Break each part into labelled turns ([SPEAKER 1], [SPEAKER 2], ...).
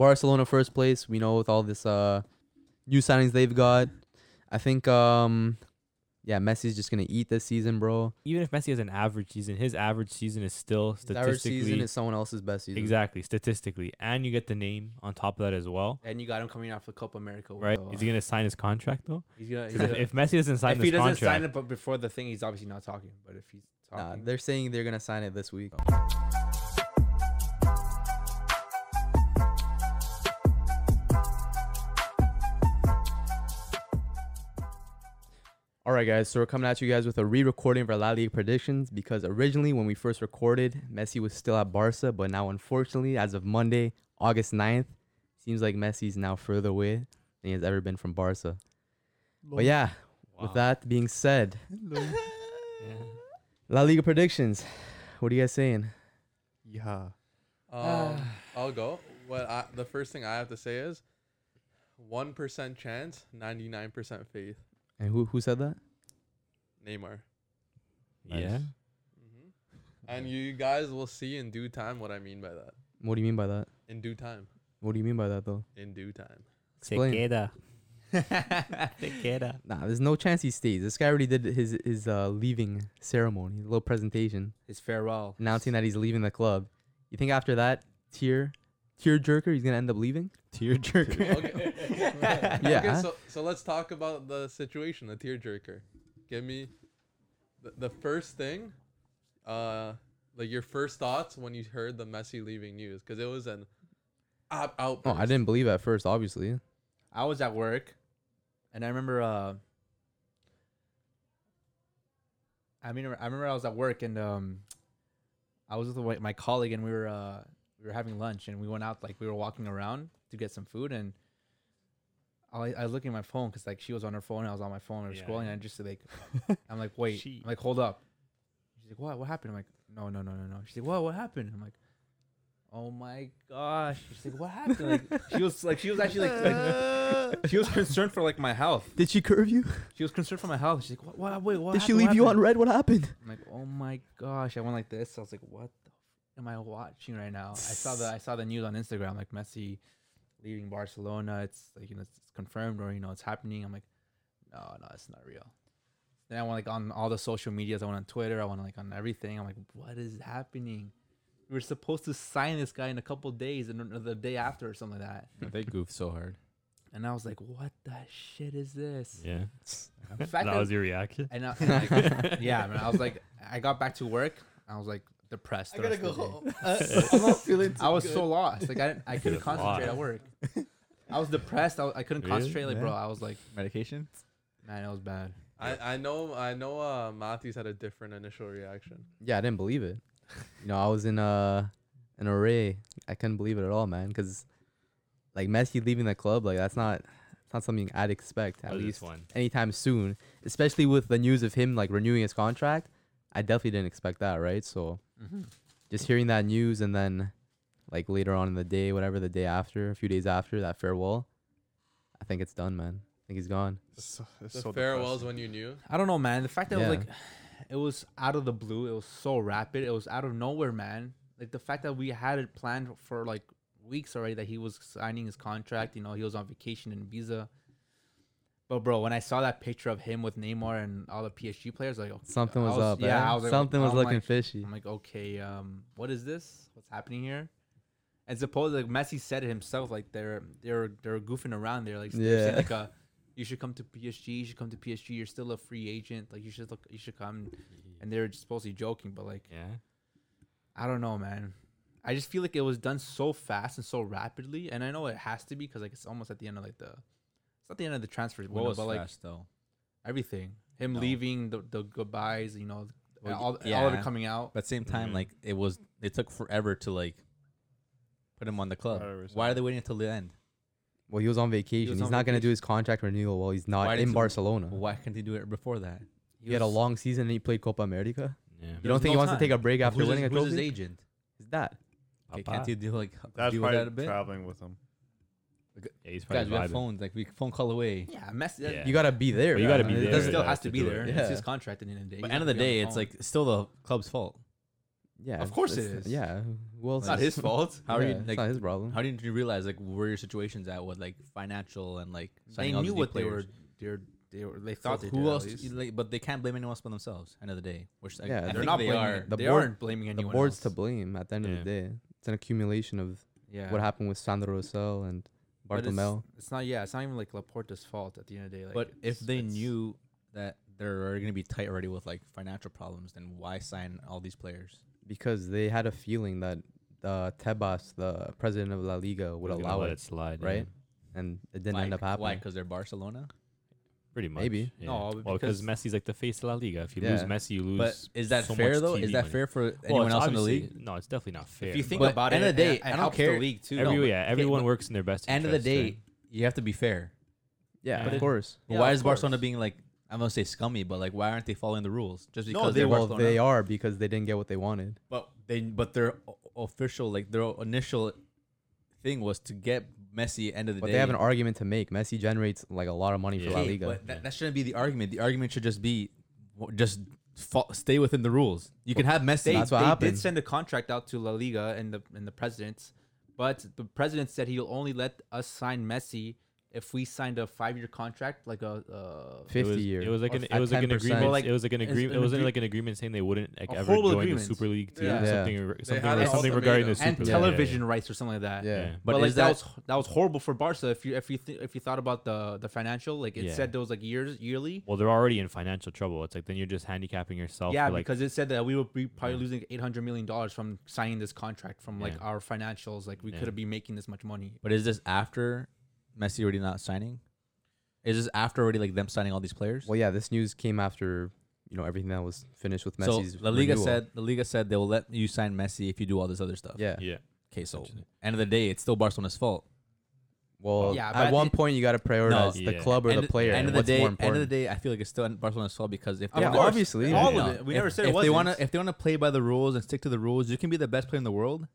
[SPEAKER 1] Barcelona first place. We know with all this uh, new signings they've got. I think um, yeah, Messi's just gonna eat this season, bro.
[SPEAKER 2] Even if Messi has an average season, his average season is still
[SPEAKER 1] His average
[SPEAKER 2] statistically
[SPEAKER 1] season is someone else's best season.
[SPEAKER 2] exactly statistically, and you get the name on top of that as well,
[SPEAKER 1] And you got him coming off the Copa America.
[SPEAKER 2] right?
[SPEAKER 1] so-
[SPEAKER 2] Is he gonna sign his contract though?
[SPEAKER 3] He's gonna. He's
[SPEAKER 2] 'Cause
[SPEAKER 3] gonna
[SPEAKER 2] If, if Messi doesn't sign
[SPEAKER 3] Oh. if
[SPEAKER 2] this
[SPEAKER 3] he doesn't
[SPEAKER 2] contract,
[SPEAKER 3] sign it, but before the thing, he's obviously not talking. But if he's
[SPEAKER 1] Nah,
[SPEAKER 3] talking,
[SPEAKER 1] they're saying they're gonna sign it this week. All right, guys. So we're coming at you guys with a re-recording of our La Liga predictions because originally, when we first recorded, Messi was still at Barca, but now, unfortunately, as of Monday, August 9th, seems like Messi's now further away than he has ever been from Barca. But yeah, with
[SPEAKER 2] Wow.
[SPEAKER 1] that being said,
[SPEAKER 2] Yeah.
[SPEAKER 1] La Liga predictions. What are you guys saying?
[SPEAKER 4] Yeah.
[SPEAKER 5] Um,
[SPEAKER 3] Ah.
[SPEAKER 5] I'll go. What I, the first thing I have to say is, one percent chance, ninety nine percent faith.
[SPEAKER 1] And who who said that?
[SPEAKER 5] Neymar.
[SPEAKER 2] yeah.
[SPEAKER 4] Nice.
[SPEAKER 5] hmm And you guys will see in due time what I mean by that.
[SPEAKER 1] What do you mean by that?
[SPEAKER 5] In due time.
[SPEAKER 1] What do you mean by that though?
[SPEAKER 5] In due time.
[SPEAKER 1] Explain.
[SPEAKER 2] Tequila. Tequila.
[SPEAKER 1] Nah, there's no chance he stays. This guy already did his his uh, leaving ceremony, a little presentation
[SPEAKER 3] his farewell.
[SPEAKER 1] announcing that he's leaving the club. You think after that tear tear jerker, he's gonna end up leaving?
[SPEAKER 4] Tear jerker.
[SPEAKER 5] Okay.
[SPEAKER 1] Yeah.
[SPEAKER 5] Okay, so, so let's talk about the situation, the tearjerker. Give me the, the first thing, uh, like your first thoughts when you heard the Messi leaving news, because it was an out.
[SPEAKER 1] Oh, I didn't believe at first, obviously.
[SPEAKER 3] I was at work, and I remember. Uh, I mean, I remember I was at work, and um, I was with my- my colleague, and we were uh, we were having lunch, and we went out like we were walking around to get some food, and I, I was looking at my phone because like she was on her phone, I was on my phone, and we
[SPEAKER 2] Yeah,
[SPEAKER 3] were scrolling,
[SPEAKER 2] yeah.
[SPEAKER 3] and I just like, I'm like, wait,
[SPEAKER 2] She-
[SPEAKER 3] I'm like, hold up. She's like, what? What happened? I'm like, no, no, no, no, no. She's like, what? What happened? I'm like. Oh my gosh! She's like, "What happened?" Like, she was like, she was actually like, like she was concerned for like my health.
[SPEAKER 1] Did she curve you?
[SPEAKER 3] She was concerned for my health. She's like, "What? what wait, what?
[SPEAKER 1] Did she
[SPEAKER 3] happened?
[SPEAKER 1] leave you
[SPEAKER 3] What
[SPEAKER 1] on red? What happened?
[SPEAKER 3] happened?" I'm like, "Oh my gosh!" I went like this. I was like, "What the f- am I watching right now?" I saw the I saw the news on Instagram, like Messi leaving Barcelona. It's like you know, it's, it's confirmed or you know, it's happening. I'm like, "No, no, it's not real." Then I went like on all the social medias. I went on Twitter. I went like on everything. I'm like, "What is happening?" We were supposed to sign this guy in a couple days, and or the day after or something like that.
[SPEAKER 4] they goofed so hard.
[SPEAKER 3] And I was like, "What the shit is this?"
[SPEAKER 2] Yeah.
[SPEAKER 3] The fact
[SPEAKER 2] That was your reaction.
[SPEAKER 3] And I, like, yeah, man. I was like, I got back to work. I was like depressed. the rest of the day.
[SPEAKER 5] I'm not feeling.
[SPEAKER 3] I was so lost. Like I didn't, I couldn't
[SPEAKER 2] Lost.
[SPEAKER 3] concentrate at work. I was depressed. I, I couldn't
[SPEAKER 2] Really?
[SPEAKER 3] concentrate. Like, bro,
[SPEAKER 4] Yeah.
[SPEAKER 3] I was like,
[SPEAKER 4] Medication?
[SPEAKER 3] man, it was bad.
[SPEAKER 5] I, I know I know uh, Matthews had a different initial reaction.
[SPEAKER 1] Yeah, I didn't believe it. You know, I was in uh an array. I couldn't believe it at all, man. Cause like Messi leaving the club, like that's not it's not something I'd expect at
[SPEAKER 2] At
[SPEAKER 1] least
[SPEAKER 2] least one.
[SPEAKER 1] anytime soon. Especially with the news of him like renewing his contract, I definitely didn't expect that, right? So
[SPEAKER 3] Mm-hmm.
[SPEAKER 1] just hearing that news and then like later on in the day, whatever the day after, a few days after that farewell, I think it's done, man. I think he's gone.
[SPEAKER 4] So,
[SPEAKER 5] The farewells when you knew.
[SPEAKER 3] I don't know, man. The fact that it
[SPEAKER 1] Yeah.
[SPEAKER 3] was like, it was out of the blue. It was so rapid. It was out of nowhere, man. Like the fact that we had it planned for like weeks already that he was signing his contract. You know, he was on vacation in Ibiza. But bro, when I saw that picture of him with Neymar and all the PSG players, like okay,
[SPEAKER 1] Something
[SPEAKER 3] I
[SPEAKER 1] was, up. eh?
[SPEAKER 3] Yeah, I was like, oh
[SPEAKER 1] something was
[SPEAKER 3] I'm
[SPEAKER 1] looking
[SPEAKER 3] like-
[SPEAKER 1] fishy.
[SPEAKER 3] I'm like, okay, um, what is this? What's happening here? And supposedly, like Messi said it himself, like they're they're they're goofing around. They're like, they're saying,
[SPEAKER 1] Yeah.
[SPEAKER 3] like uh, you should come to PSG. You should come to PSG. You're still a free agent. Like you should look. You should come. And they're just supposedly joking, but like
[SPEAKER 2] Yeah.
[SPEAKER 3] I don't know, man. I just feel like it was done so fast and so rapidly, and I know it has to be because like it's almost at the end of like the, it's not the end of the transfer window, but like
[SPEAKER 4] though?
[SPEAKER 3] everything, him
[SPEAKER 4] No.
[SPEAKER 3] leaving the the goodbyes, you know,
[SPEAKER 4] Well,
[SPEAKER 3] all,
[SPEAKER 4] y-
[SPEAKER 3] all of
[SPEAKER 4] yeah.
[SPEAKER 3] it coming out.
[SPEAKER 4] But at the same time,
[SPEAKER 2] Mhm.
[SPEAKER 4] like it was, it took forever to like put him on the club.
[SPEAKER 5] Whatever,
[SPEAKER 4] Why are
[SPEAKER 5] sorry.
[SPEAKER 4] they waiting until the end?
[SPEAKER 1] Well, he was on vacation.
[SPEAKER 3] was
[SPEAKER 1] he's
[SPEAKER 3] on
[SPEAKER 1] not going to do
[SPEAKER 3] vacation.
[SPEAKER 1] his contract renewal while he's not
[SPEAKER 4] Why did
[SPEAKER 1] in
[SPEAKER 4] he-
[SPEAKER 1] Barcelona.
[SPEAKER 4] Why couldn't they do it before that?
[SPEAKER 1] He, had a
[SPEAKER 3] was-
[SPEAKER 1] long season and he played Copa America.
[SPEAKER 2] Yeah.
[SPEAKER 1] You
[SPEAKER 3] There
[SPEAKER 1] don't
[SPEAKER 3] was
[SPEAKER 1] think he
[SPEAKER 3] no
[SPEAKER 1] wants to take a
[SPEAKER 3] time.
[SPEAKER 1] break after
[SPEAKER 4] who's
[SPEAKER 1] winning
[SPEAKER 4] his,
[SPEAKER 1] a
[SPEAKER 4] who's his
[SPEAKER 1] trophy?
[SPEAKER 4] agent?
[SPEAKER 1] His dad.
[SPEAKER 4] Okay,
[SPEAKER 2] Papa.
[SPEAKER 4] can't you do like
[SPEAKER 6] That's
[SPEAKER 4] deal with
[SPEAKER 6] probably
[SPEAKER 4] that a bit?
[SPEAKER 6] traveling with him.
[SPEAKER 2] Yeah, he's
[SPEAKER 4] Guys,
[SPEAKER 2] probably
[SPEAKER 4] we have
[SPEAKER 2] vibing.
[SPEAKER 4] phones. Like we can phone call away.
[SPEAKER 3] Yeah, Messi. that-
[SPEAKER 2] Yeah.
[SPEAKER 1] You gotta be there.
[SPEAKER 2] But you gotta
[SPEAKER 1] man.
[SPEAKER 2] be
[SPEAKER 1] It
[SPEAKER 2] there.
[SPEAKER 1] doesn't-
[SPEAKER 3] He still
[SPEAKER 2] Yeah,
[SPEAKER 3] has
[SPEAKER 2] to
[SPEAKER 3] to be
[SPEAKER 2] do it.
[SPEAKER 3] there.
[SPEAKER 1] Yeah.
[SPEAKER 3] It's his contract at the end of the day.
[SPEAKER 4] But
[SPEAKER 3] He's
[SPEAKER 4] end of
[SPEAKER 3] not
[SPEAKER 4] the
[SPEAKER 3] gonna be
[SPEAKER 4] day,
[SPEAKER 3] on
[SPEAKER 4] it's
[SPEAKER 3] the phone.
[SPEAKER 4] like still the club's fault.
[SPEAKER 1] Yeah,
[SPEAKER 3] Of course it
[SPEAKER 1] it's-
[SPEAKER 3] is.
[SPEAKER 1] Yeah, well,
[SPEAKER 3] It's
[SPEAKER 1] it's
[SPEAKER 3] not his
[SPEAKER 1] fault.
[SPEAKER 4] How are you,
[SPEAKER 1] it's
[SPEAKER 4] like-
[SPEAKER 1] not his problem.
[SPEAKER 4] How did you realize like where your situation's at with like financial and like
[SPEAKER 3] They
[SPEAKER 4] signing all
[SPEAKER 3] knew
[SPEAKER 4] these new
[SPEAKER 3] what they were.
[SPEAKER 4] players?
[SPEAKER 3] They were. They were. They thought
[SPEAKER 4] So
[SPEAKER 3] they
[SPEAKER 4] who
[SPEAKER 3] did, at
[SPEAKER 4] else?
[SPEAKER 3] least.
[SPEAKER 4] Like, but they can't blame anyone else but themselves. End of the day, which I,
[SPEAKER 1] Yeah,
[SPEAKER 4] I
[SPEAKER 1] they're
[SPEAKER 4] think
[SPEAKER 3] They're not
[SPEAKER 4] they
[SPEAKER 3] blaming.
[SPEAKER 4] are.
[SPEAKER 1] the
[SPEAKER 3] they
[SPEAKER 1] board-
[SPEAKER 3] aren't blaming
[SPEAKER 1] the
[SPEAKER 3] anyone.
[SPEAKER 1] board's to
[SPEAKER 3] else.
[SPEAKER 1] blame at the end of
[SPEAKER 2] Yeah.
[SPEAKER 1] the day. It's an accumulation of
[SPEAKER 3] Yeah.
[SPEAKER 1] what happened with Sandro Rosell and
[SPEAKER 3] But it's-
[SPEAKER 1] Bartomeu.
[SPEAKER 3] It's, not. Yeah. It's not even like Laporta's fault at the end of the day. Like,
[SPEAKER 4] But if
[SPEAKER 3] it's-
[SPEAKER 4] they
[SPEAKER 3] it's-
[SPEAKER 4] knew that they're going to be tight already with like financial problems, then why sign all these players?
[SPEAKER 1] Because they had a feeling that uh, Tebas, the president of La Liga, would
[SPEAKER 2] He's gonna
[SPEAKER 1] allow
[SPEAKER 2] let
[SPEAKER 1] it,
[SPEAKER 2] it slide,
[SPEAKER 1] right?
[SPEAKER 2] yeah.
[SPEAKER 1] and it didn't
[SPEAKER 4] why?
[SPEAKER 1] end up happening.
[SPEAKER 4] Why? Because they're Barcelona.
[SPEAKER 2] Pretty much.
[SPEAKER 1] Maybe.
[SPEAKER 2] Yeah.
[SPEAKER 3] No,
[SPEAKER 2] well, because
[SPEAKER 3] because-
[SPEAKER 2] Messi's like the face of La Liga. If you lose
[SPEAKER 1] Yeah.
[SPEAKER 2] Messi, you lose.
[SPEAKER 4] But is that
[SPEAKER 2] so
[SPEAKER 4] fair
[SPEAKER 2] much
[SPEAKER 4] though? Is
[SPEAKER 2] TV
[SPEAKER 4] that
[SPEAKER 2] money.
[SPEAKER 4] fair for
[SPEAKER 2] Well,
[SPEAKER 4] anyone
[SPEAKER 2] it's
[SPEAKER 4] else in the
[SPEAKER 2] obviously-
[SPEAKER 4] league?
[SPEAKER 2] No, it's definitely not fair.
[SPEAKER 3] If you think
[SPEAKER 4] But
[SPEAKER 3] about
[SPEAKER 4] end
[SPEAKER 3] it,
[SPEAKER 4] of the
[SPEAKER 3] it-
[SPEAKER 4] day,
[SPEAKER 3] it
[SPEAKER 4] I don't
[SPEAKER 3] helps
[SPEAKER 4] care.
[SPEAKER 3] The league too.
[SPEAKER 4] No,
[SPEAKER 2] Every,
[SPEAKER 4] but-
[SPEAKER 2] yeah,
[SPEAKER 4] okay,
[SPEAKER 2] everyone
[SPEAKER 4] but
[SPEAKER 2] works in their best.
[SPEAKER 4] End of the
[SPEAKER 2] interest, right?
[SPEAKER 4] day, you have to be fair.
[SPEAKER 1] Yeah,
[SPEAKER 2] But
[SPEAKER 1] of
[SPEAKER 2] it-
[SPEAKER 1] course.
[SPEAKER 3] Yeah,
[SPEAKER 4] why
[SPEAKER 3] of
[SPEAKER 4] is Barcelona
[SPEAKER 3] course.
[SPEAKER 4] being like? I'm gonna say scummy, but like, why aren't they following the rules? Just
[SPEAKER 3] No,
[SPEAKER 4] because
[SPEAKER 3] they
[SPEAKER 4] they're
[SPEAKER 1] well,
[SPEAKER 4] Barcelona?
[SPEAKER 1] they are because they didn't get what they wanted.
[SPEAKER 4] But they but their o- official like their initial thing was to get Messi end of the
[SPEAKER 1] But
[SPEAKER 4] day.
[SPEAKER 1] they have an argument to make. Messi generates like a lot of money for La
[SPEAKER 2] Yeah.
[SPEAKER 4] Okay,
[SPEAKER 1] Liga.
[SPEAKER 4] But that, that shouldn't be the argument. The argument should just be w- just fo- stay within the rules. You can have Messi.
[SPEAKER 3] They,
[SPEAKER 1] That's what
[SPEAKER 3] they did
[SPEAKER 1] happened.
[SPEAKER 3] send a contract out to La Liga and the and the presidents, but the president said he'll only let us sign Messi if we signed a five year contract, like a uh,
[SPEAKER 2] It
[SPEAKER 1] 50
[SPEAKER 2] was,
[SPEAKER 1] years.
[SPEAKER 2] It was like
[SPEAKER 1] Or
[SPEAKER 2] an it
[SPEAKER 1] at
[SPEAKER 2] was like an
[SPEAKER 1] 10%.
[SPEAKER 2] agreement.
[SPEAKER 3] Like,
[SPEAKER 2] it was like an
[SPEAKER 3] it's
[SPEAKER 2] agreement.
[SPEAKER 3] an
[SPEAKER 2] It wasn't
[SPEAKER 3] agree-
[SPEAKER 2] like an agreement saying they wouldn't like
[SPEAKER 3] A
[SPEAKER 2] ever
[SPEAKER 3] horrible
[SPEAKER 2] join
[SPEAKER 3] agreement.
[SPEAKER 2] the Super League team.
[SPEAKER 5] Yeah.
[SPEAKER 2] or
[SPEAKER 1] Yeah.
[SPEAKER 2] Something re- something,
[SPEAKER 5] had
[SPEAKER 2] re-
[SPEAKER 5] an
[SPEAKER 2] something
[SPEAKER 5] ultimatum.
[SPEAKER 2] regarding the
[SPEAKER 5] And
[SPEAKER 2] Super
[SPEAKER 3] and
[SPEAKER 2] League. Yeah, yeah,
[SPEAKER 3] television rights or something like that.
[SPEAKER 1] yeah.
[SPEAKER 2] yeah.
[SPEAKER 3] But
[SPEAKER 4] But
[SPEAKER 3] like
[SPEAKER 4] is
[SPEAKER 3] that,
[SPEAKER 4] that-
[SPEAKER 3] was that was horrible for Barca. If you if you th- if you thought about the the financial, like it
[SPEAKER 2] Yeah.
[SPEAKER 3] said there was like years yearly.
[SPEAKER 2] Well, they're already in financial trouble. It's like then you're just handicapping yourself.
[SPEAKER 3] Yeah,
[SPEAKER 2] for, like,
[SPEAKER 3] because it said that we would be probably
[SPEAKER 2] Yeah.
[SPEAKER 3] losing eight hundred million dollars from signing this contract from like
[SPEAKER 2] Yeah.
[SPEAKER 3] our financials. Like we
[SPEAKER 2] Yeah.
[SPEAKER 3] couldn't be making this much money.
[SPEAKER 4] But is this after Messi already not signing? Is this after already like them signing all these players?
[SPEAKER 1] Well, yeah, this news came after you know everything that was finished with
[SPEAKER 4] so
[SPEAKER 1] Messi's.
[SPEAKER 4] La Liga
[SPEAKER 1] renewal.
[SPEAKER 4] said La Liga said they will let you sign Messi if you do all this other stuff.
[SPEAKER 1] yeah.
[SPEAKER 2] yeah.
[SPEAKER 4] Okay, so
[SPEAKER 2] Essentially.
[SPEAKER 4] end of the day, it's still Barcelona's fault.
[SPEAKER 1] Well,
[SPEAKER 3] Yeah, but
[SPEAKER 1] at one
[SPEAKER 3] it-
[SPEAKER 1] point you got to prioritize the
[SPEAKER 2] Yeah.
[SPEAKER 1] club or
[SPEAKER 4] end,
[SPEAKER 1] the player.
[SPEAKER 4] End
[SPEAKER 1] and
[SPEAKER 4] of the
[SPEAKER 1] what's
[SPEAKER 4] day,
[SPEAKER 1] more
[SPEAKER 4] end of the
[SPEAKER 1] important.
[SPEAKER 4] day, I feel like it's still Barcelona's fault because if they
[SPEAKER 1] Yeah,
[SPEAKER 4] wanna-
[SPEAKER 1] course. obviously.
[SPEAKER 3] all
[SPEAKER 4] Yeah.
[SPEAKER 3] of it. We
[SPEAKER 4] if,
[SPEAKER 3] never said
[SPEAKER 4] if
[SPEAKER 3] it wasn't.
[SPEAKER 4] they want to if they want to play by the rules and stick to the rules, you can be the best player in the world,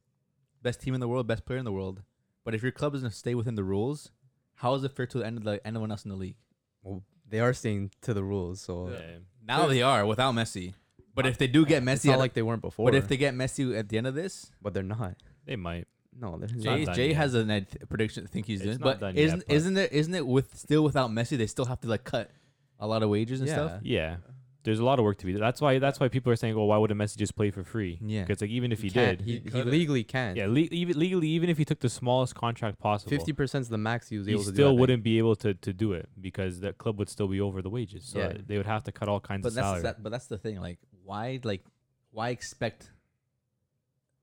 [SPEAKER 4] best team in the world, best player in the world. But if your club doesn't stay within the rules, how is it fair to end the anyone else in the league?
[SPEAKER 1] Well, they are staying to the rules, so
[SPEAKER 2] yeah.
[SPEAKER 1] it's
[SPEAKER 4] Now they are without Messi. But if they do get Messi,
[SPEAKER 1] not
[SPEAKER 4] at,
[SPEAKER 1] like they weren't before.
[SPEAKER 4] but if they get Messi at the end of this,
[SPEAKER 1] but they're not.
[SPEAKER 2] They might.
[SPEAKER 1] No, they're
[SPEAKER 2] not
[SPEAKER 4] Jay,
[SPEAKER 2] done
[SPEAKER 4] Jay
[SPEAKER 2] yet.
[SPEAKER 4] has a net prediction. I think he's
[SPEAKER 2] It's
[SPEAKER 4] doing,
[SPEAKER 2] not
[SPEAKER 4] but
[SPEAKER 2] done yet,
[SPEAKER 4] isn't
[SPEAKER 2] but-
[SPEAKER 4] isn't there isn't it with still without Messi? They still have to like cut a lot of wages and stuff.
[SPEAKER 1] Yeah.
[SPEAKER 2] Yeah. There's a lot of work to be done. That's why that's why people are saying, "Oh, why would a Messi just play for free?"
[SPEAKER 4] Yeah.
[SPEAKER 2] Because like even if he,
[SPEAKER 1] can't.
[SPEAKER 2] did,
[SPEAKER 1] he,
[SPEAKER 5] He
[SPEAKER 1] he
[SPEAKER 5] could've.
[SPEAKER 1] legally can't.
[SPEAKER 2] yeah, le- even, legally, even if he took the smallest contract possible,
[SPEAKER 1] fifty percent is the max he was
[SPEAKER 2] he
[SPEAKER 1] able to do. I
[SPEAKER 2] still
[SPEAKER 1] think.
[SPEAKER 2] wouldn't be able to, to do it because the club would still be over the wages. So
[SPEAKER 1] Yeah.
[SPEAKER 2] they would have to cut all kinds
[SPEAKER 4] but
[SPEAKER 2] of
[SPEAKER 4] that's
[SPEAKER 2] salary.
[SPEAKER 4] that, but that's the thing. Like, why like why expect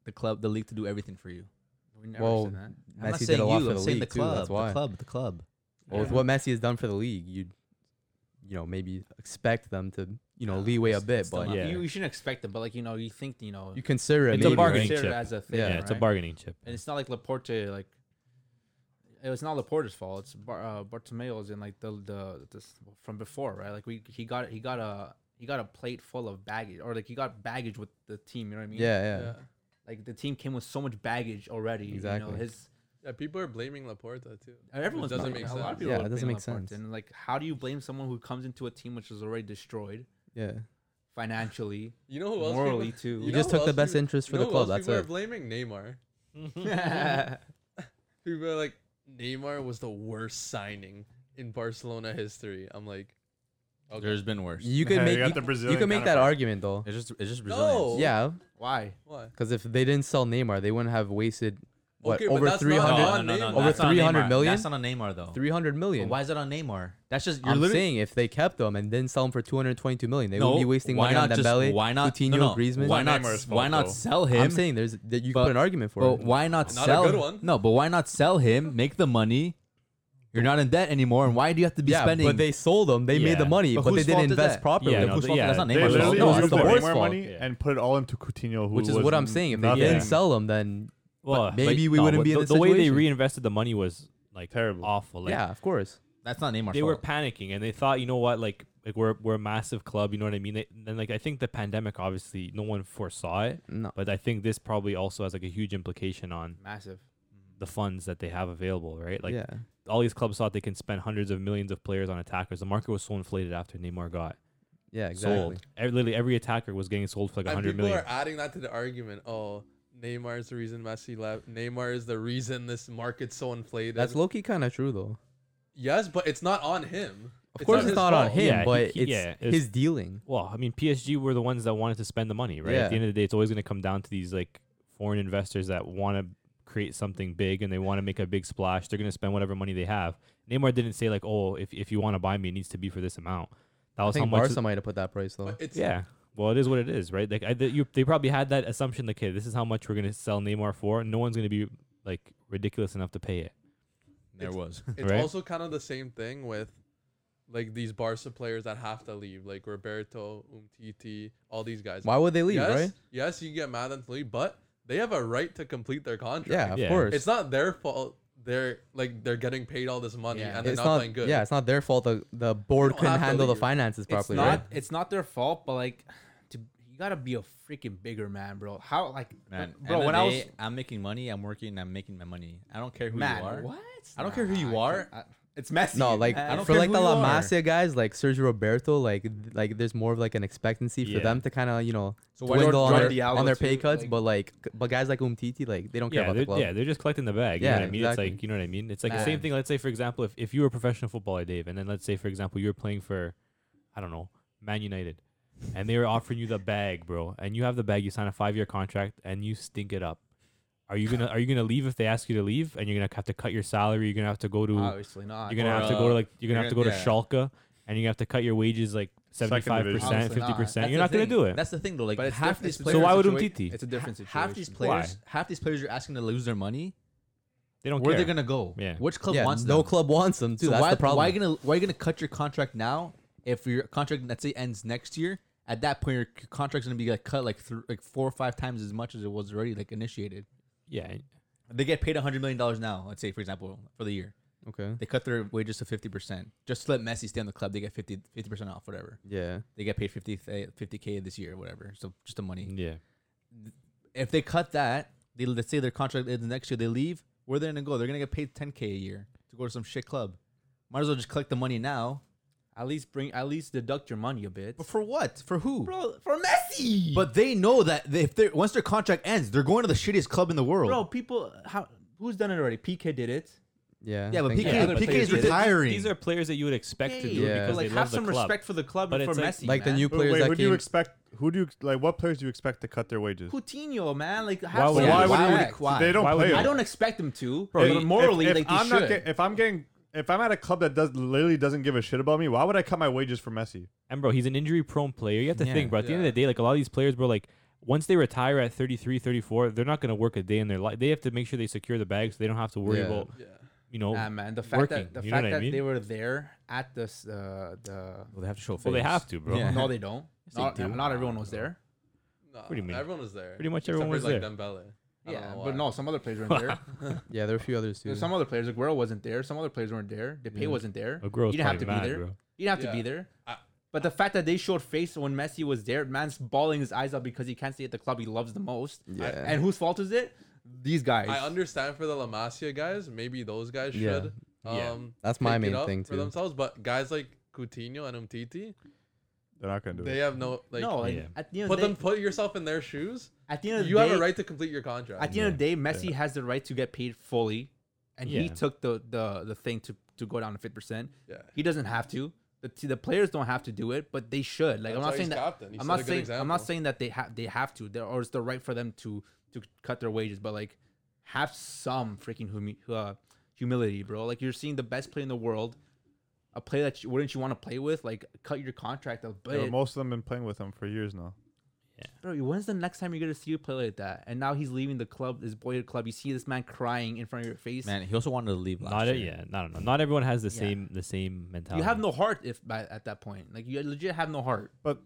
[SPEAKER 4] the club, the league, to do everything for you?
[SPEAKER 3] we never
[SPEAKER 1] Well,
[SPEAKER 3] said that.
[SPEAKER 4] I'm not
[SPEAKER 1] Messi
[SPEAKER 4] saying
[SPEAKER 1] did a lot
[SPEAKER 4] you.
[SPEAKER 1] for
[SPEAKER 4] I'm
[SPEAKER 1] the
[SPEAKER 4] saying
[SPEAKER 1] league
[SPEAKER 4] the club,
[SPEAKER 1] too. That's why.
[SPEAKER 4] the club, the club.
[SPEAKER 1] Well, with
[SPEAKER 5] Yeah.
[SPEAKER 1] what Messi has done for the league, you you know maybe expect them to you know leeway a
[SPEAKER 4] It's-
[SPEAKER 1] bit,
[SPEAKER 4] it's still
[SPEAKER 1] but
[SPEAKER 4] not-
[SPEAKER 2] Yeah.
[SPEAKER 3] You, you shouldn't expect them, but like you know, you think you know,
[SPEAKER 1] you consider it.
[SPEAKER 2] It's a
[SPEAKER 1] maybe,
[SPEAKER 2] bargaining
[SPEAKER 1] right?
[SPEAKER 3] consider it
[SPEAKER 2] chip.
[SPEAKER 3] as a thing.
[SPEAKER 2] yeah,
[SPEAKER 1] Yeah,
[SPEAKER 2] it's a
[SPEAKER 3] right?
[SPEAKER 2] bargaining chip.
[SPEAKER 3] And it's not like Laporte like. It was not Laporte's fault. It's Bar- uh, Bartomeu's and like the the this, from before, right? Like we he got he got a he got a plate full of baggage, or like he got baggage with the team. You know what I mean?
[SPEAKER 1] Yeah,
[SPEAKER 5] yeah.
[SPEAKER 1] yeah.
[SPEAKER 5] yeah.
[SPEAKER 3] Like the team came with so much baggage already. You
[SPEAKER 1] Exactly.
[SPEAKER 3] know, his
[SPEAKER 5] people are blaming Laporta too.
[SPEAKER 3] everyone's
[SPEAKER 5] doesn't
[SPEAKER 3] blaming-
[SPEAKER 5] make
[SPEAKER 3] A lot of
[SPEAKER 5] sense.
[SPEAKER 3] people
[SPEAKER 1] Yeah,
[SPEAKER 3] are
[SPEAKER 1] it doesn't
[SPEAKER 3] blaming
[SPEAKER 1] make
[SPEAKER 3] Laporte.
[SPEAKER 1] sense.
[SPEAKER 3] And like, how do you blame someone who comes into a team which is already destroyed
[SPEAKER 1] yeah.
[SPEAKER 3] financially,
[SPEAKER 5] You know who else?
[SPEAKER 3] morally
[SPEAKER 5] people,
[SPEAKER 3] too?
[SPEAKER 1] You
[SPEAKER 5] know
[SPEAKER 1] just
[SPEAKER 5] who
[SPEAKER 1] took the
[SPEAKER 5] else
[SPEAKER 1] best
[SPEAKER 5] people-
[SPEAKER 1] interest for
[SPEAKER 5] you
[SPEAKER 1] the
[SPEAKER 5] know who
[SPEAKER 1] club,
[SPEAKER 5] else
[SPEAKER 1] that's
[SPEAKER 5] people are
[SPEAKER 1] it.
[SPEAKER 5] blaming Neymar.
[SPEAKER 3] yeah,
[SPEAKER 5] People are like, Neymar was the worst signing in Barcelona history. I'm like, okay.
[SPEAKER 4] There's been worse.
[SPEAKER 1] You could
[SPEAKER 2] You
[SPEAKER 1] make
[SPEAKER 2] got
[SPEAKER 1] you,
[SPEAKER 2] the
[SPEAKER 1] you
[SPEAKER 2] Brazilian
[SPEAKER 1] could make that
[SPEAKER 2] counterpart.
[SPEAKER 1] argument though.
[SPEAKER 4] It's just it's just
[SPEAKER 5] no.
[SPEAKER 4] Brazilians.
[SPEAKER 1] Yeah,
[SPEAKER 3] why?
[SPEAKER 5] What?
[SPEAKER 1] because if they didn't sell Neymar, they wouldldn't have wasted what
[SPEAKER 5] Okay, but
[SPEAKER 1] over
[SPEAKER 5] that's not
[SPEAKER 1] 300,
[SPEAKER 5] on Neymar.
[SPEAKER 1] over
[SPEAKER 4] that's not on
[SPEAKER 1] 300
[SPEAKER 4] Neymar.
[SPEAKER 1] million?
[SPEAKER 4] That's not on Neymar though.
[SPEAKER 1] 300
[SPEAKER 4] But
[SPEAKER 1] million.
[SPEAKER 4] why is it on Neymar? That's just you're
[SPEAKER 1] I'm
[SPEAKER 4] literally
[SPEAKER 1] saying if they kept them and didn't sell him for 222 million, they would be wasting
[SPEAKER 4] why
[SPEAKER 1] money
[SPEAKER 4] not
[SPEAKER 1] on
[SPEAKER 4] just-
[SPEAKER 1] Dembele,
[SPEAKER 4] why not
[SPEAKER 1] Coutinho,
[SPEAKER 4] no, no,
[SPEAKER 1] Griezmann.
[SPEAKER 4] Why not?
[SPEAKER 2] Neymar's
[SPEAKER 4] Why
[SPEAKER 2] fault,
[SPEAKER 4] not
[SPEAKER 2] though.
[SPEAKER 4] sell him?
[SPEAKER 1] I'm saying there's that you could
[SPEAKER 4] But-
[SPEAKER 1] put an argument for
[SPEAKER 4] But
[SPEAKER 1] it.
[SPEAKER 4] why not
[SPEAKER 5] Not a
[SPEAKER 4] sell?
[SPEAKER 5] good one.
[SPEAKER 4] No, but why not sell him? Make the money. You're not in debt anymore, and why do you have to be
[SPEAKER 1] yeah,
[SPEAKER 4] spending?
[SPEAKER 1] but they sold them. They made the
[SPEAKER 2] Yeah.
[SPEAKER 1] money,
[SPEAKER 4] But
[SPEAKER 1] but,
[SPEAKER 4] whose
[SPEAKER 1] they
[SPEAKER 4] fault
[SPEAKER 1] didn't
[SPEAKER 4] is
[SPEAKER 1] invest
[SPEAKER 4] that?
[SPEAKER 1] properly.
[SPEAKER 2] Yeah,
[SPEAKER 4] Whose
[SPEAKER 2] no,
[SPEAKER 4] fault-
[SPEAKER 2] th- yeah,
[SPEAKER 4] that's not
[SPEAKER 2] they
[SPEAKER 4] Neymar's fault.
[SPEAKER 2] literally
[SPEAKER 1] No,
[SPEAKER 2] used
[SPEAKER 1] it's the
[SPEAKER 2] Neymar
[SPEAKER 1] board's
[SPEAKER 6] more
[SPEAKER 1] fault.
[SPEAKER 6] money
[SPEAKER 2] Yeah.
[SPEAKER 6] and put it all into Coutinho, who
[SPEAKER 1] Which is
[SPEAKER 6] was
[SPEAKER 1] what I'm saying. If they
[SPEAKER 6] nothing.
[SPEAKER 1] didn't sell them, then
[SPEAKER 2] Well,
[SPEAKER 1] maybe we
[SPEAKER 2] no,
[SPEAKER 1] wouldn't
[SPEAKER 2] but
[SPEAKER 1] be in
[SPEAKER 2] the,
[SPEAKER 1] this
[SPEAKER 2] the way they
[SPEAKER 1] situation.
[SPEAKER 2] reinvested the money was like
[SPEAKER 6] Terrible.
[SPEAKER 2] awful. Like,
[SPEAKER 1] yeah, of course.
[SPEAKER 4] that's not Neymar's
[SPEAKER 2] they
[SPEAKER 4] fault.
[SPEAKER 2] were panicking and they thought, you know what, like like we're we're a massive club, you know what I mean? They, then like I think the pandemic obviously no one foresaw it,
[SPEAKER 1] No.
[SPEAKER 2] but I think this probably also has like a huge implication on
[SPEAKER 3] Massive.
[SPEAKER 2] the funds that they have available, right? Like
[SPEAKER 1] yeah.
[SPEAKER 2] all these clubs thought they can spend hundreds of millions of players on attackers. The market was so inflated after Neymar got
[SPEAKER 1] Yeah, exactly.
[SPEAKER 2] sold. Ev- literally every attacker was getting sold for like
[SPEAKER 5] and
[SPEAKER 2] 100
[SPEAKER 5] people
[SPEAKER 2] million.
[SPEAKER 5] are adding that to the argument. Oh, Neymar is the reason Messi left. Neymar is the reason this market's so inflated.
[SPEAKER 1] That's low key kind of true though.
[SPEAKER 5] yes, but it's not on him.
[SPEAKER 1] Of course,
[SPEAKER 5] on
[SPEAKER 1] it's
[SPEAKER 5] his
[SPEAKER 1] not on
[SPEAKER 5] fault.
[SPEAKER 1] him,
[SPEAKER 2] Yeah, he-
[SPEAKER 1] but
[SPEAKER 2] he-
[SPEAKER 1] it's,
[SPEAKER 2] yeah, it's-
[SPEAKER 1] his dealing.
[SPEAKER 2] well, I mean, PSG were the ones that wanted to spend the money, right?
[SPEAKER 1] Yeah.
[SPEAKER 2] At the end of the day, it's always going to come down to these like foreign investors that want to create something big and they want to make a big splash. They're going to spend whatever money they have. Neymar didn't say like, "Oh, if if you want to buy me, it needs to be for this amount." That
[SPEAKER 1] I
[SPEAKER 2] was how
[SPEAKER 1] think
[SPEAKER 2] much.
[SPEAKER 1] Barca might have put that price though.
[SPEAKER 5] But it's
[SPEAKER 2] yeah. Well, it is what it is, right? Like, I, th- you, they probably had that assumption. Like, hey, this is how much we're going to sell Neymar for, and no one's going to be like ridiculous enough to pay it.
[SPEAKER 4] There was.
[SPEAKER 5] It's
[SPEAKER 2] Right?
[SPEAKER 5] also kind of the same thing with like these Barca players that have to leave, like Roberto, Umtiti, all these guys.
[SPEAKER 1] Why would they leave,
[SPEAKER 5] yes,
[SPEAKER 1] right?
[SPEAKER 5] Yes, you get mad at them to leave, but they have a right to complete their
[SPEAKER 1] Yeah,
[SPEAKER 5] contract.
[SPEAKER 1] of
[SPEAKER 2] Yeah.
[SPEAKER 1] course.
[SPEAKER 5] It's not their fault. They're like they're getting paid all this money
[SPEAKER 3] Yeah.
[SPEAKER 5] and they're
[SPEAKER 1] It's
[SPEAKER 5] not,
[SPEAKER 1] not-
[SPEAKER 5] playing good.
[SPEAKER 1] Yeah, it's not their fault. The the board
[SPEAKER 5] don't
[SPEAKER 1] couldn't
[SPEAKER 5] have to
[SPEAKER 1] handle the
[SPEAKER 5] leave.
[SPEAKER 1] finances
[SPEAKER 3] It's
[SPEAKER 1] properly.
[SPEAKER 3] not.
[SPEAKER 1] right?
[SPEAKER 3] It's not their fault, but like, to, you gotta be a freaking bigger man, bro. How like,
[SPEAKER 4] Man,
[SPEAKER 3] bro? When I was
[SPEAKER 4] I'm making money, I'm working, I'm making my money. I don't care who
[SPEAKER 3] man,
[SPEAKER 4] you are.
[SPEAKER 3] what?
[SPEAKER 4] I don't care who
[SPEAKER 3] Nah,
[SPEAKER 4] you
[SPEAKER 3] I
[SPEAKER 4] are.
[SPEAKER 3] can't- I- it's messy.
[SPEAKER 1] No, like
[SPEAKER 4] I don't
[SPEAKER 1] for
[SPEAKER 4] care
[SPEAKER 1] like
[SPEAKER 4] who
[SPEAKER 1] the
[SPEAKER 4] you
[SPEAKER 1] La
[SPEAKER 4] are.
[SPEAKER 1] Masia guys, like Sergio Roberto, like th- like there's more of like an expectancy for
[SPEAKER 2] Yeah.
[SPEAKER 1] them to kind of you know
[SPEAKER 4] So why
[SPEAKER 1] dwindle on
[SPEAKER 4] Jordi
[SPEAKER 1] their,
[SPEAKER 3] Alba
[SPEAKER 1] on their
[SPEAKER 3] too,
[SPEAKER 1] pay cuts,
[SPEAKER 3] like-
[SPEAKER 1] but like c- but guys like Umtiti, like they don't care
[SPEAKER 2] yeah,
[SPEAKER 1] about the
[SPEAKER 2] they're,
[SPEAKER 1] club.
[SPEAKER 2] yeah, they're just collecting the bag. You
[SPEAKER 1] Yeah,
[SPEAKER 2] know what I mean?
[SPEAKER 1] exactly.
[SPEAKER 2] It's like you know what I mean. It's like the
[SPEAKER 3] Man.
[SPEAKER 2] same thing. Let's say, for example, if, if you were a professional footballer, Dave, and then let's say, for example, you were playing for, I don't know, Man United, and they were offering you the bag, bro, and you have the bag, you sign a five year contract, and you stink it up. Are you gonna Are you gonna leave if they ask you to leave? And you're gonna have to cut your salary. You're gonna have to go to.
[SPEAKER 3] obviously not.
[SPEAKER 2] you're gonna
[SPEAKER 4] or,
[SPEAKER 2] have to go to
[SPEAKER 4] uh,
[SPEAKER 2] like. You're gonna
[SPEAKER 4] you're
[SPEAKER 2] have to go to
[SPEAKER 4] gonna- yeah.
[SPEAKER 2] Schalke, and you're gonna have to cut your wages like seventy five percent,
[SPEAKER 3] Obviously not.
[SPEAKER 2] fifty percent.
[SPEAKER 4] That's
[SPEAKER 2] You're
[SPEAKER 4] the
[SPEAKER 2] not gonna
[SPEAKER 4] thing.
[SPEAKER 2] do it.
[SPEAKER 4] That's the thing, though. Like
[SPEAKER 3] But it's
[SPEAKER 4] half
[SPEAKER 3] diff-
[SPEAKER 4] these
[SPEAKER 3] it's a
[SPEAKER 4] players.
[SPEAKER 2] so why would
[SPEAKER 4] situa-
[SPEAKER 2] Umtiti?
[SPEAKER 3] It's a different situation.
[SPEAKER 4] Half these players, half these players are asking to lose their money.
[SPEAKER 2] They don't
[SPEAKER 4] Where
[SPEAKER 2] care.
[SPEAKER 4] they're gonna go?
[SPEAKER 2] Yeah.
[SPEAKER 4] Which club
[SPEAKER 1] Yeah,
[SPEAKER 4] wants them?
[SPEAKER 1] no club wants them too.
[SPEAKER 4] So
[SPEAKER 1] that's
[SPEAKER 4] why,
[SPEAKER 1] the problem.
[SPEAKER 4] Why gonna why gonna cut your contract now if your contract let's say ends next year? At that point, your c- contract's gonna be like cut like thr like four or five times as much as it was already like initiated.
[SPEAKER 2] yeah.
[SPEAKER 4] They get paid hundred million dollars now. Let's say for example for the year,
[SPEAKER 1] okay.
[SPEAKER 4] they cut their wages to fifty percent just to let Messi stay on the club. They get 50 percent off whatever.
[SPEAKER 1] Yeah.
[SPEAKER 4] They get paid 50 k this year whatever. So just the money.
[SPEAKER 2] Yeah.
[SPEAKER 4] If they cut that, they let's say their contract ends next year. They leave. Where they're gonna go? They're gonna get paid ten k a year to go to some shit club. Might as well just collect the money now.
[SPEAKER 3] At least bring, at least deduct your money a bit.
[SPEAKER 4] But for what? For who?
[SPEAKER 3] Bro, for Messi.
[SPEAKER 4] But they know that they- if they once their contract ends, they're going to the shittiest club in the world.
[SPEAKER 3] bro, people, how who's done it already? PK did it.
[SPEAKER 1] Yeah.
[SPEAKER 4] Yeah, but
[SPEAKER 1] thank
[SPEAKER 4] PK
[SPEAKER 1] you.
[SPEAKER 2] Yeah,
[SPEAKER 4] PK
[SPEAKER 2] but
[SPEAKER 4] is
[SPEAKER 2] these are-
[SPEAKER 4] retiring.
[SPEAKER 2] These are players that you would expect to do
[SPEAKER 1] Yeah.
[SPEAKER 2] it because
[SPEAKER 3] like
[SPEAKER 2] they
[SPEAKER 3] have
[SPEAKER 2] love the
[SPEAKER 3] some
[SPEAKER 2] club.
[SPEAKER 3] respect for the club
[SPEAKER 2] But
[SPEAKER 3] and for
[SPEAKER 2] it's like-
[SPEAKER 3] Messi.
[SPEAKER 1] like the
[SPEAKER 3] man.
[SPEAKER 1] new
[SPEAKER 6] Wait,
[SPEAKER 1] players
[SPEAKER 6] wait,
[SPEAKER 1] that
[SPEAKER 6] who do you
[SPEAKER 1] came.
[SPEAKER 6] expect? Who do you like? What players do you expect to cut their wages?
[SPEAKER 3] Coutinho, man. Like,
[SPEAKER 2] Why
[SPEAKER 3] have
[SPEAKER 2] would
[SPEAKER 3] some
[SPEAKER 6] Well,
[SPEAKER 2] Yeah,
[SPEAKER 6] why would you?
[SPEAKER 3] respect.
[SPEAKER 6] They don't
[SPEAKER 2] Why would
[SPEAKER 6] play.
[SPEAKER 2] you?
[SPEAKER 6] them.
[SPEAKER 3] I don't expect them to,
[SPEAKER 2] Bro,
[SPEAKER 3] but
[SPEAKER 6] If-
[SPEAKER 3] morally,
[SPEAKER 6] if, if
[SPEAKER 3] like they
[SPEAKER 6] I'm
[SPEAKER 3] should.
[SPEAKER 6] Not get, if I'm getting, if I'm at a club that does literally doesn't give a shit about me, why would I cut my wages for Messi?
[SPEAKER 2] And bro, he's an injury prone player. You have to
[SPEAKER 4] Yeah.
[SPEAKER 2] think, bro. At the end
[SPEAKER 5] Yeah.
[SPEAKER 2] of the day, like a lot of these players, bro, like once they retire at 33, 34, they're not going to work a day in their life. They have to make sure they secure the bag so they don't have to worry
[SPEAKER 1] Yeah.
[SPEAKER 2] about,
[SPEAKER 5] Yeah.
[SPEAKER 2] you know,
[SPEAKER 3] Nah, man. The fact
[SPEAKER 2] working.
[SPEAKER 3] that the
[SPEAKER 2] you know
[SPEAKER 3] fact
[SPEAKER 2] what
[SPEAKER 3] that
[SPEAKER 2] I mean?
[SPEAKER 3] they were there at this, uh, the
[SPEAKER 4] well, they have to show face.
[SPEAKER 2] well, they have to, bro.
[SPEAKER 4] Yeah.
[SPEAKER 3] no, they don't.
[SPEAKER 4] they
[SPEAKER 3] not,
[SPEAKER 4] do.
[SPEAKER 3] not everyone was there.
[SPEAKER 5] No,
[SPEAKER 2] do you mean?
[SPEAKER 5] Everyone was there.
[SPEAKER 2] Pretty much
[SPEAKER 5] Except
[SPEAKER 2] everyone
[SPEAKER 5] for,
[SPEAKER 2] was
[SPEAKER 5] like
[SPEAKER 2] there.
[SPEAKER 5] Dembele. I don't
[SPEAKER 3] Yeah,
[SPEAKER 5] know
[SPEAKER 3] but
[SPEAKER 5] why.
[SPEAKER 3] no, some other players weren't there.
[SPEAKER 1] Yeah, there are a few others too.
[SPEAKER 3] There's some other players. Like Guerrero wasn't there. Some other players weren't there. Depay wasn't there.
[SPEAKER 2] A girl's
[SPEAKER 3] you didn't have to
[SPEAKER 2] probably mad,
[SPEAKER 3] be there.
[SPEAKER 2] bro.
[SPEAKER 3] You didn't have to be
[SPEAKER 5] Yeah.
[SPEAKER 3] there.
[SPEAKER 5] I-
[SPEAKER 3] but the fact that they showed face when Messi was there, man's bawling his eyes out because he can't stay at the club he loves the most.
[SPEAKER 1] Yeah.
[SPEAKER 3] And whose fault is it? These guys.
[SPEAKER 5] I understand for the La Masia guys, maybe those guys
[SPEAKER 1] Yeah.
[SPEAKER 5] should.
[SPEAKER 2] Yeah.
[SPEAKER 5] Um,
[SPEAKER 1] That's my
[SPEAKER 5] pick it
[SPEAKER 1] main
[SPEAKER 5] up
[SPEAKER 1] thing,
[SPEAKER 5] for
[SPEAKER 1] too.
[SPEAKER 5] themselves. But guys like Coutinho and Umtiti,
[SPEAKER 6] They're not gonna do
[SPEAKER 5] they
[SPEAKER 6] it.
[SPEAKER 5] have no like.
[SPEAKER 3] no, like,
[SPEAKER 2] Yeah.
[SPEAKER 3] at the end of
[SPEAKER 5] Put
[SPEAKER 3] the
[SPEAKER 5] them.
[SPEAKER 3] day,
[SPEAKER 5] Put yourself in their shoes.
[SPEAKER 3] at the end of the
[SPEAKER 5] You
[SPEAKER 3] day,
[SPEAKER 5] have a right to complete your contract.
[SPEAKER 3] at the end of the day, Messi has the right to get paid fully, and he
[SPEAKER 2] Yeah.
[SPEAKER 3] took the the the thing to to go down to fifty percent.
[SPEAKER 5] Yeah.
[SPEAKER 3] He doesn't have to. The, t- the players don't have to do it, but they should. Like
[SPEAKER 5] That's
[SPEAKER 3] I'm
[SPEAKER 5] why
[SPEAKER 3] not saying
[SPEAKER 5] he's
[SPEAKER 3] that.
[SPEAKER 5] captain. He
[SPEAKER 3] I'm
[SPEAKER 5] set a
[SPEAKER 3] not
[SPEAKER 5] good
[SPEAKER 3] saying I'm not
[SPEAKER 5] example.
[SPEAKER 3] saying that they have they have to, They're- or it's the right for them to to cut their wages, but like have some freaking humi- uh, humility, bro. Like you're seeing the best player in the world, a player that you, wouldn't you want to play with? Like cut your contract a
[SPEAKER 6] Yeah, but
[SPEAKER 3] bit,
[SPEAKER 6] most of them been playing with them for years now.
[SPEAKER 3] bro. When's the next time you're gonna see you play like that? And now he's leaving the club, his boyhood club. You see this man crying in front of your face.
[SPEAKER 4] Man, he also wanted to leave last
[SPEAKER 2] Not
[SPEAKER 4] year.
[SPEAKER 2] it, yeah. I don't know. Not everyone has the
[SPEAKER 3] Yeah.
[SPEAKER 2] same the same mentality.
[SPEAKER 3] You have
[SPEAKER 4] um,
[SPEAKER 3] no heart if by, at that point, like you legit have no heart.
[SPEAKER 6] But